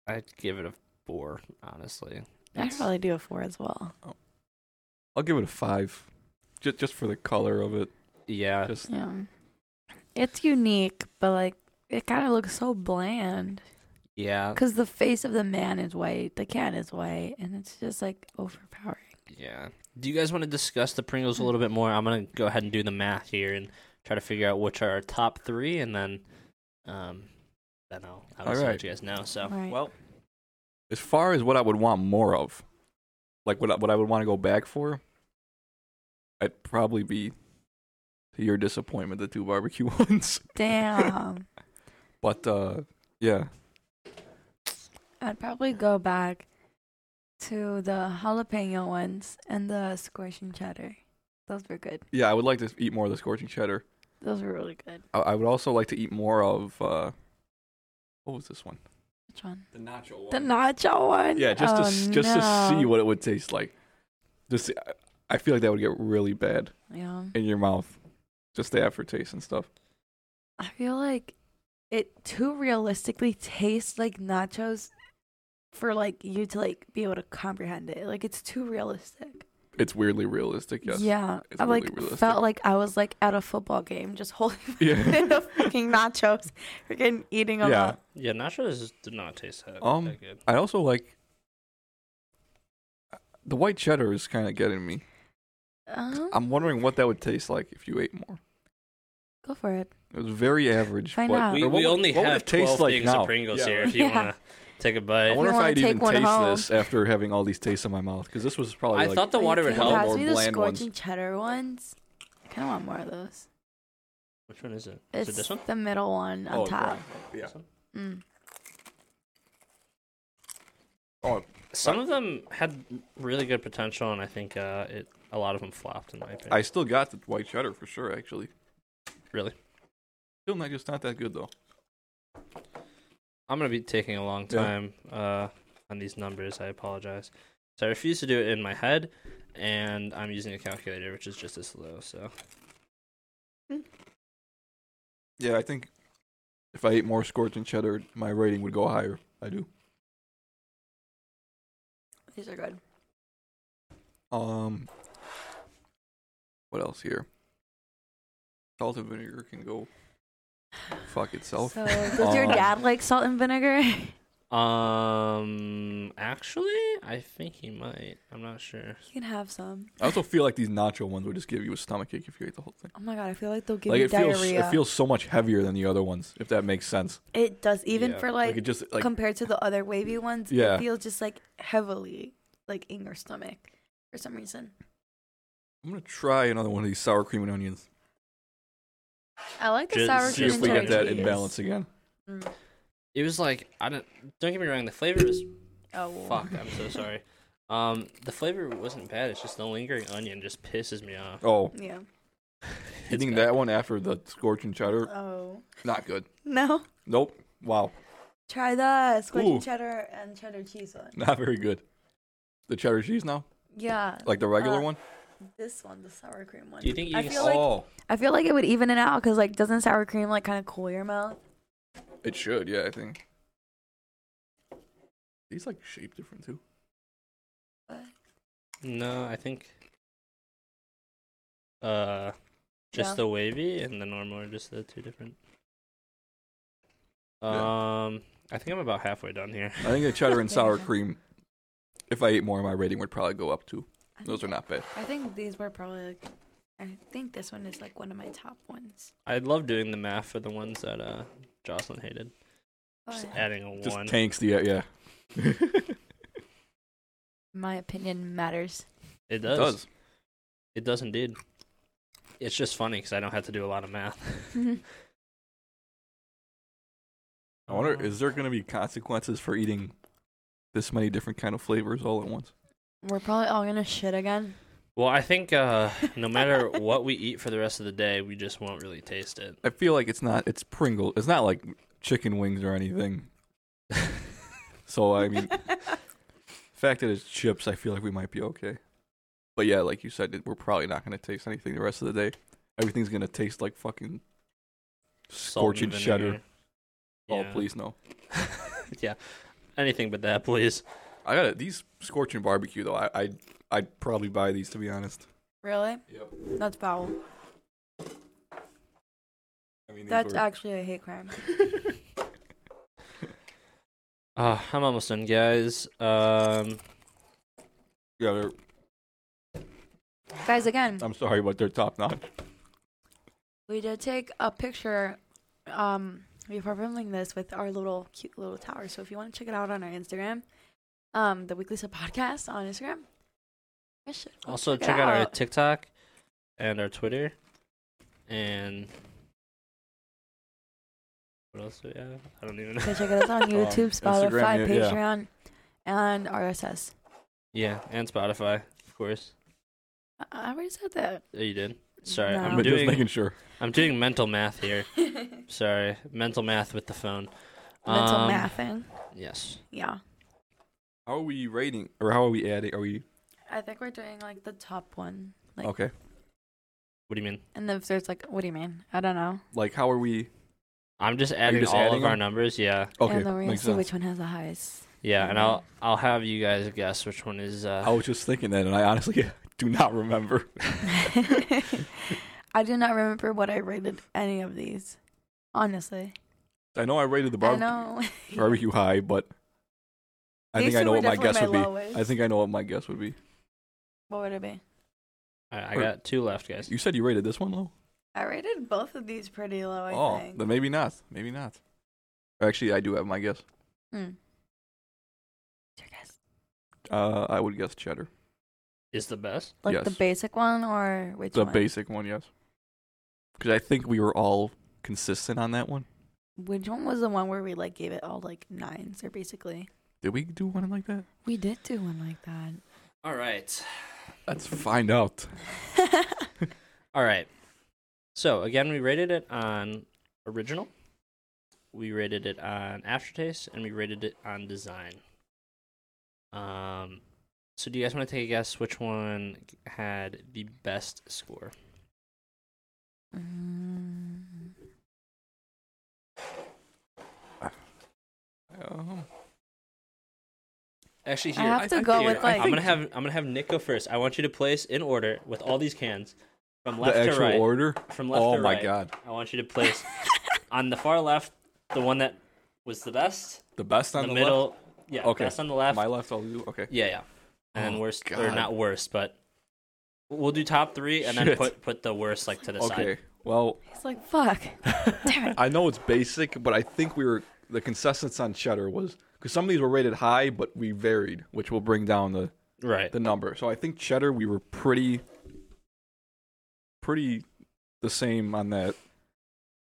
I'd give it a four, honestly. I'd probably do a four as well. (laughs) I'll give it a five, just just for the color of it. Yeah, Just Yeah. It's unique, but like it kind of looks so bland yeah, because the face of the man is white, the can is white, and it's just like overpowering. yeah. Do you guys want to discuss the Pringles a little bit more? I'm gonna go ahead and do the math here and try to figure out which are our top three, and then, um, then I'll obviously right. let you guys know. So, Right. well, as far as what I would want more of, like what I, what I would want to go back for, I'd probably be to your disappointment the two barbecue (laughs) ones. (laughs) Damn. But uh, yeah, I'd probably go back to the jalapeno ones and the squish and cheddar. Those were good. yeah, I would like to eat more of the scorching cheddar. Those were really good. I, I would also like to eat more of uh, what was this one? Which one? The nacho one. The nacho one. yeah, just to Oh, s just to see no. what it would taste like. Just I, I feel like that would get really bad Yeah. in your mouth, just the aftertaste and stuff. I feel like it too realistically tastes like nachos for like you to like be able to comprehend it. Like it's too realistic. It's weirdly realistic. Yes. Yeah. It's I like really realistic. felt like I was like at a football game just holding (laughs) (laughs) Yeah. the fucking nachos, freaking eating them Yeah. up. yeah, nachos did not taste that, Um, that good. I also like the white cheddar is kind of getting me. Um, I'm wondering what that would taste like if you ate more. go for it. It was very average. Find but- out. We, or what we would- only what would have it taste 12 like things now? of Pringles Yeah, here right. if you Oh. Yeah. want to take a bite. I wonder if wanna I'd take even one taste home. this after having all these tastes in my mouth because this was probably I like thought the water would Can you help. Pass Or me the bland ones. scorching cheddar ones. I kind of want more of those. Which one is it? Is It's it this one? the middle one on Oh, top. yeah. This one? Mm. Oh, Some of them had really good potential, and I think uh, it a lot of them flopped in my opinion. I still got the white cheddar for sure. Actually, Really? still not just not that good though. I'm gonna be taking a long Yeah. time uh, on these numbers. I apologize. So I refuse to do it in my head, and I'm using a calculator, which is just as slow. So Yeah, I think if I ate more scorching cheddar, my rating would go higher. I do. These are good. Um, what else here? Salt and vinegar can go fuck itself. So does your Um, dad like salt and vinegar? (laughs) Um, actually, I think he might. I'm not sure. You can have some. I also feel like these nacho ones would just give you a stomach ache if you ate the whole thing. Oh my god, I feel like they'll give like you it diarrhea. feels it feels so much heavier than the other ones, if that makes sense. It does, even Yeah, for Like, like, it just like compared to the other wavy ones, Yeah. it feels just like heavily like in your stomach for some reason. I'm gonna try another one of these sour cream and onions. I like the Just- sour see See cream if and we get cherry that cheese. in balance again. Mm. It was like I don't. Don't get me wrong. The flavor was Oh well. fuck. I'm so sorry. Um, the flavor wasn't bad. It's just the lingering onion just pisses me (laughs) off. Oh, Yeah. It's eating bad. that one after the scorching cheddar, Oh not good. no! Nope. Wow, (laughs) Try the squishy Ooh. cheddar and cheddar cheese one. not very good. The cheddar cheese now, Yeah, like the regular Uh, one. this one, the sour cream one. Do you think you I can feel like oh, I feel like it would even it out because like doesn't sour cream like kind of cool your mouth? it should. Yeah, I think. These like shape different too. No, I think. Uh, just Yeah. the wavy and the normal are just the two different. Yeah. Um, I think I'm about halfway done here. I think the cheddar and sour cream. If I ate more, my rating would probably go up too. I Those are think- not bad. I think these were probably like. I think this one is like one of my top ones. I love doing the math for the ones that uh Jocelyn hated. Just But adding a Just one. tanks the yeah. my opinion matters. it It does. does. It does indeed. It's just funny because I don't have to do a lot of math. I wonder, Um, is there going to be consequences for eating this many different kind of flavors all at once? We're probably all gonna shit again. Well, I think uh, no matter what we eat for the rest of the day, we just won't really taste it. I feel like it's not. It's Pringle. It's not like chicken wings or anything. so I mean, the fact that it's chips, I feel like we might be okay. But yeah, like you said, it- we're probably not going to taste anything the rest of the day. Everything's going to taste like fucking Salt scorching and cheddar. vinegar. Oh, Yeah. please no! yeah. Anything but that, please. I got these scorching barbecue though. I I I'd probably buy these to be honest. (laughs) Really? Yep. That's foul. I mean, these That's were- actually a hate crime. Uh, I'm almost done, guys. Um, (laughs) yeah. They're, Guys, again, I'm sorry, but they're top notch. we did take a picture um before filming this with our little cute little tower. So if you want to check it out on our Instagram, um, the Weekly Sub Podcast on Instagram. I should go also, check out it our TikTok and our Twitter. And what else do we have? I don't even know. Oh, You can check us (laughs) out (laughs) on YouTube, Spotify, Oh, Instagram, yeah, yeah. Patreon, and RSS. Yeah, and Spotify, of course. I- Uh, I already said that. Oh, you did. Sorry, No. I'm But just doing making sure. I'm doing mental math (laughs) here. Sorry, mental math with the phone. Mental Um, mathing. Yes. Yeah. How are we rating, or how are we adding? Are we I think we're doing like the top one. Like, okay? What do you mean? And if there's like, what do you mean? I don't know. Like, how are we? I'm just adding just all adding of our them? numbers. Yeah, Okay, and then we're gonna makes see sense. which one has the highest. yeah, Mm-hmm. and Mhm. I'll I'll have you guys guess which one is. I Uh, was just thinking that, and I honestly (laughs) do not remember. (laughs) I do not remember what I rated any of these. Honestly, I know I rated the I barbe- (laughs) know. barbecue high, but I These think I two know were what my definitely guess would be. lowest. I think I know what my guess would be. What would it be? I, I got two left, guys. You said you rated this one low. I rated both of these pretty low. I oh, think. then maybe not. Maybe not. Actually, I do have my guess. Hmm. What's your guess? Uh, I would guess cheddar, Is the best. Like the Yes. basic one or which the one? basic one, yes. Because I think we were all consistent on that one. Which one was the one where we like gave it all like nines or basically? Did we do one like that? We did do one like (laughs) All right. Let's find out. that. All right. So again, we rated it on original. We rated it on aftertaste, and we rated it on design. Um, so do you guys want to take a guess which one had the best score? Mm. Um, Uh-huh. Actually, I here have I- to I go think- with I like I'm gonna have I'm gonna have Nick go first. I want you to place in order with all these cans from left the to actual right. order. From left oh to my right. god. I want you to place on the far left the one that was the best. The best on the the, middle, yeah, Okay. best on the left. left. My left, I'll do. Okay. Yeah, yeah. And Oh, worst or God. not worst, but we'll do top three and then Shit. put put the worst like to the Okay. Well, (laughs) He's like, fuck. (laughs) Damn it. I know it's basic, but I think we were the consensus on cheddar was because some of these were rated high, but we varied, which will bring down the side. (laughs) Right. the number. So I think cheddar we were pretty pretty the same on that.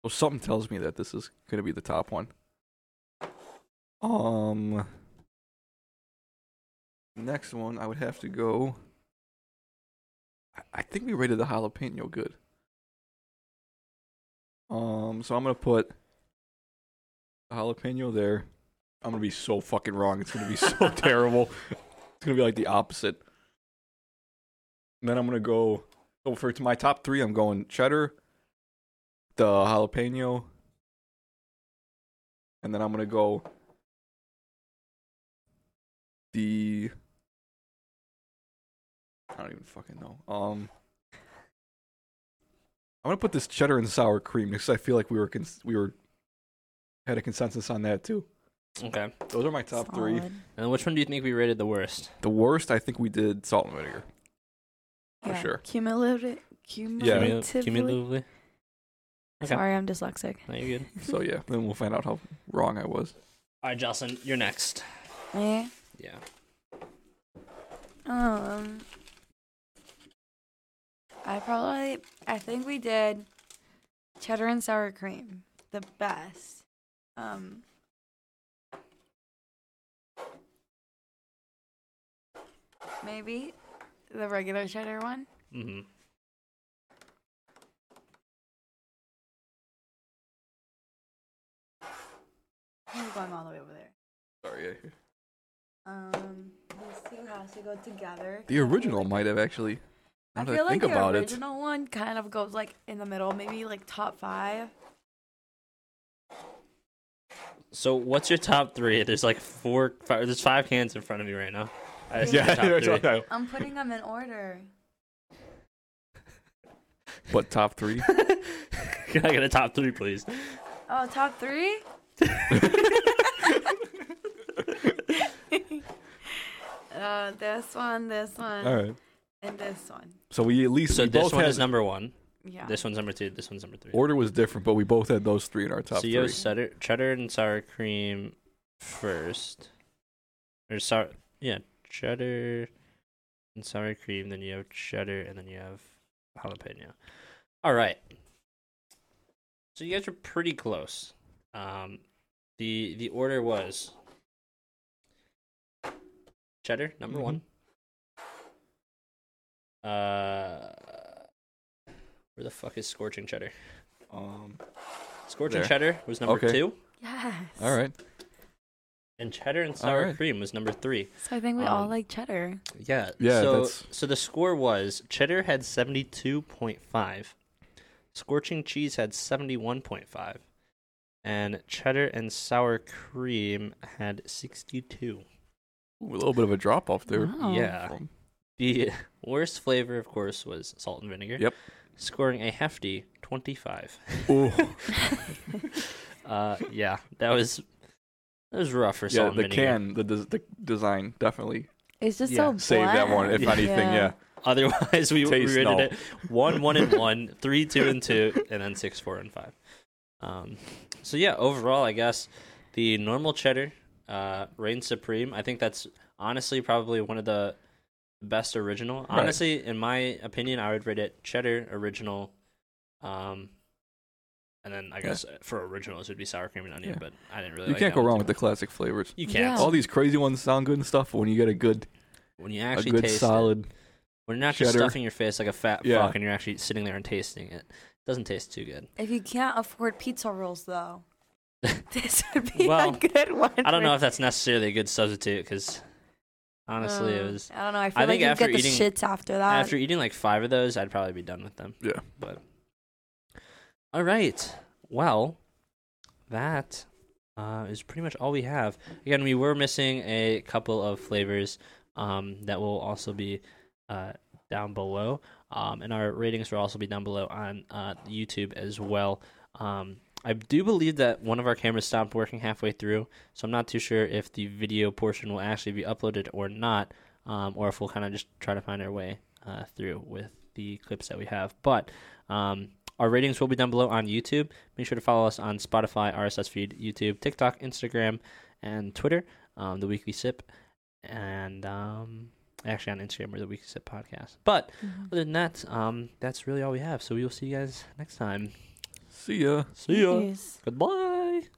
Well, something tells me that this is going to be the top one. Um next one I would have to go I- I think we rated the jalapeno good. Um so I'm going to put the jalapeno there. I'm going to be so fucking wrong. It's going to be so (laughs) terrible. It's gonna be like the opposite. And then I'm gonna go. So for to my top three, I'm going cheddar, the jalapeno, and then I'm gonna go the. I don't even fucking know. Um, I'm gonna put this cheddar and sour cream because I feel like we were cons- we were had a consensus on that too. Okay. And Those are my top three. Solid. then which one do you think we rated the worst? The worst, I think we did salt and vinegar. for Yeah. sure. Cumulative. Cumul- Cumulatively. Cumulatively. Okay. Sorry, I'm dyslexic. No, you're good. (laughs) So yeah, then we'll find out how wrong I was. All right, Jocelyn, you're next. Eh. Yeah. Um, I probably I think we did cheddar and sour cream the best. Um, maybe the regular cheddar one. Mm-hmm. I'm going all the way over there. Sorry. Um, these two has to go together. The original might have actually. Now I that I feel like think the about it, original one kind of goes like in the middle, maybe like top five. So what's your top three? There's like four, five, there's five cans in front of me right now. I just need (laughs) (laughs) Yeah, the top three. I'm putting them in order. but top three. (laughs) Can I get a top three, please? Oh, top three? (laughs) uh, this one, this one, All right. and this one. So we at least So we this both one had is number one. Yeah. This one's number two. This one's number three. order was different, but we both had those three in our top so three. you have cheddar, E cheddar and sour cream first, or sour, yeah, cheddar and sour cream. Then you have cheddar, and then you have jalapeno. All right. So you guys are pretty close. Um, the the order was cheddar number Mhm. one. Mm-hmm. Uh, where the fuck is scorching cheddar? Um, Scorching There. cheddar was number Okay. two. yes. all right. and cheddar and sour right. cream was number three. So I think we all Um, like cheddar. Yeah, Yeah, So, that's- so the score was cheddar had seventy two point five, scorching cheese had seventy one point five, and cheddar and sour cream had sixty two. Ooh, a little bit of a drop off there. Wow. Yeah, From- (laughs) the worst flavor, of course, was salt and vinegar. Yep. scoring a hefty twenty five. Ooh. uh, yeah, that was that was rough for yeah, salt the and vinegar. can, the, des- the design definitely (laughs) It's just Yeah, so save that one if bland. anything. Yeah. Otherwise, we we Taste, rated no. it one, one, and one, three, two, and two, and then six, four, and five. Um, so yeah, overall, I guess the normal cheddar uh, reigns supreme. I think that's honestly probably one of the best original. Right. Honestly, in my opinion, I would rate it cheddar original. Um, and then I Yeah. guess for originals, it'd be sour cream and onion. Yeah. But I didn't really. You like can't that go one wrong too with the much. classic flavors. You can't. Yeah. All these crazy ones sound good and stuff. But when you get a good, When you a actually good taste it, solid, When you're not just cheddar. stuffing your face like a fat Yeah. fuck and you're actually sitting there and tasting it. It doesn't taste too good. If you can't afford pizza rolls, (laughs) though, this would be Well, a good one. I don't know for- if that's necessarily a good substitute because honestly, it Um, was. I don't know. I feel think like you after get the eating- shits after that. After eating like five of those, I'd probably be done with them. yeah. But. All right. Well, that uh, is pretty much all we have. Again, we were missing a couple of flavors um, that will also be uh, down below. Um, and our ratings will also be down below on uh, YouTube as well. Um, I do believe that one of our cameras stopped working halfway through, so I'm not too sure if the video portion will actually be uploaded or not, um, or if we'll kind of just try to find our way uh, through with the clips that we have. But um, our ratings will be down below on YouTube. Make sure to follow us on Spotify, RSS feed, YouTube, TikTok, Instagram, and Twitter. Um, the Weekly Sip, and um, actually on Instagram we're the Weekly Sip podcast. But Mm-hmm. other than that, um, that's really all we have. So we will see you guys next time. See ya. See ya. Yes. Goodbye.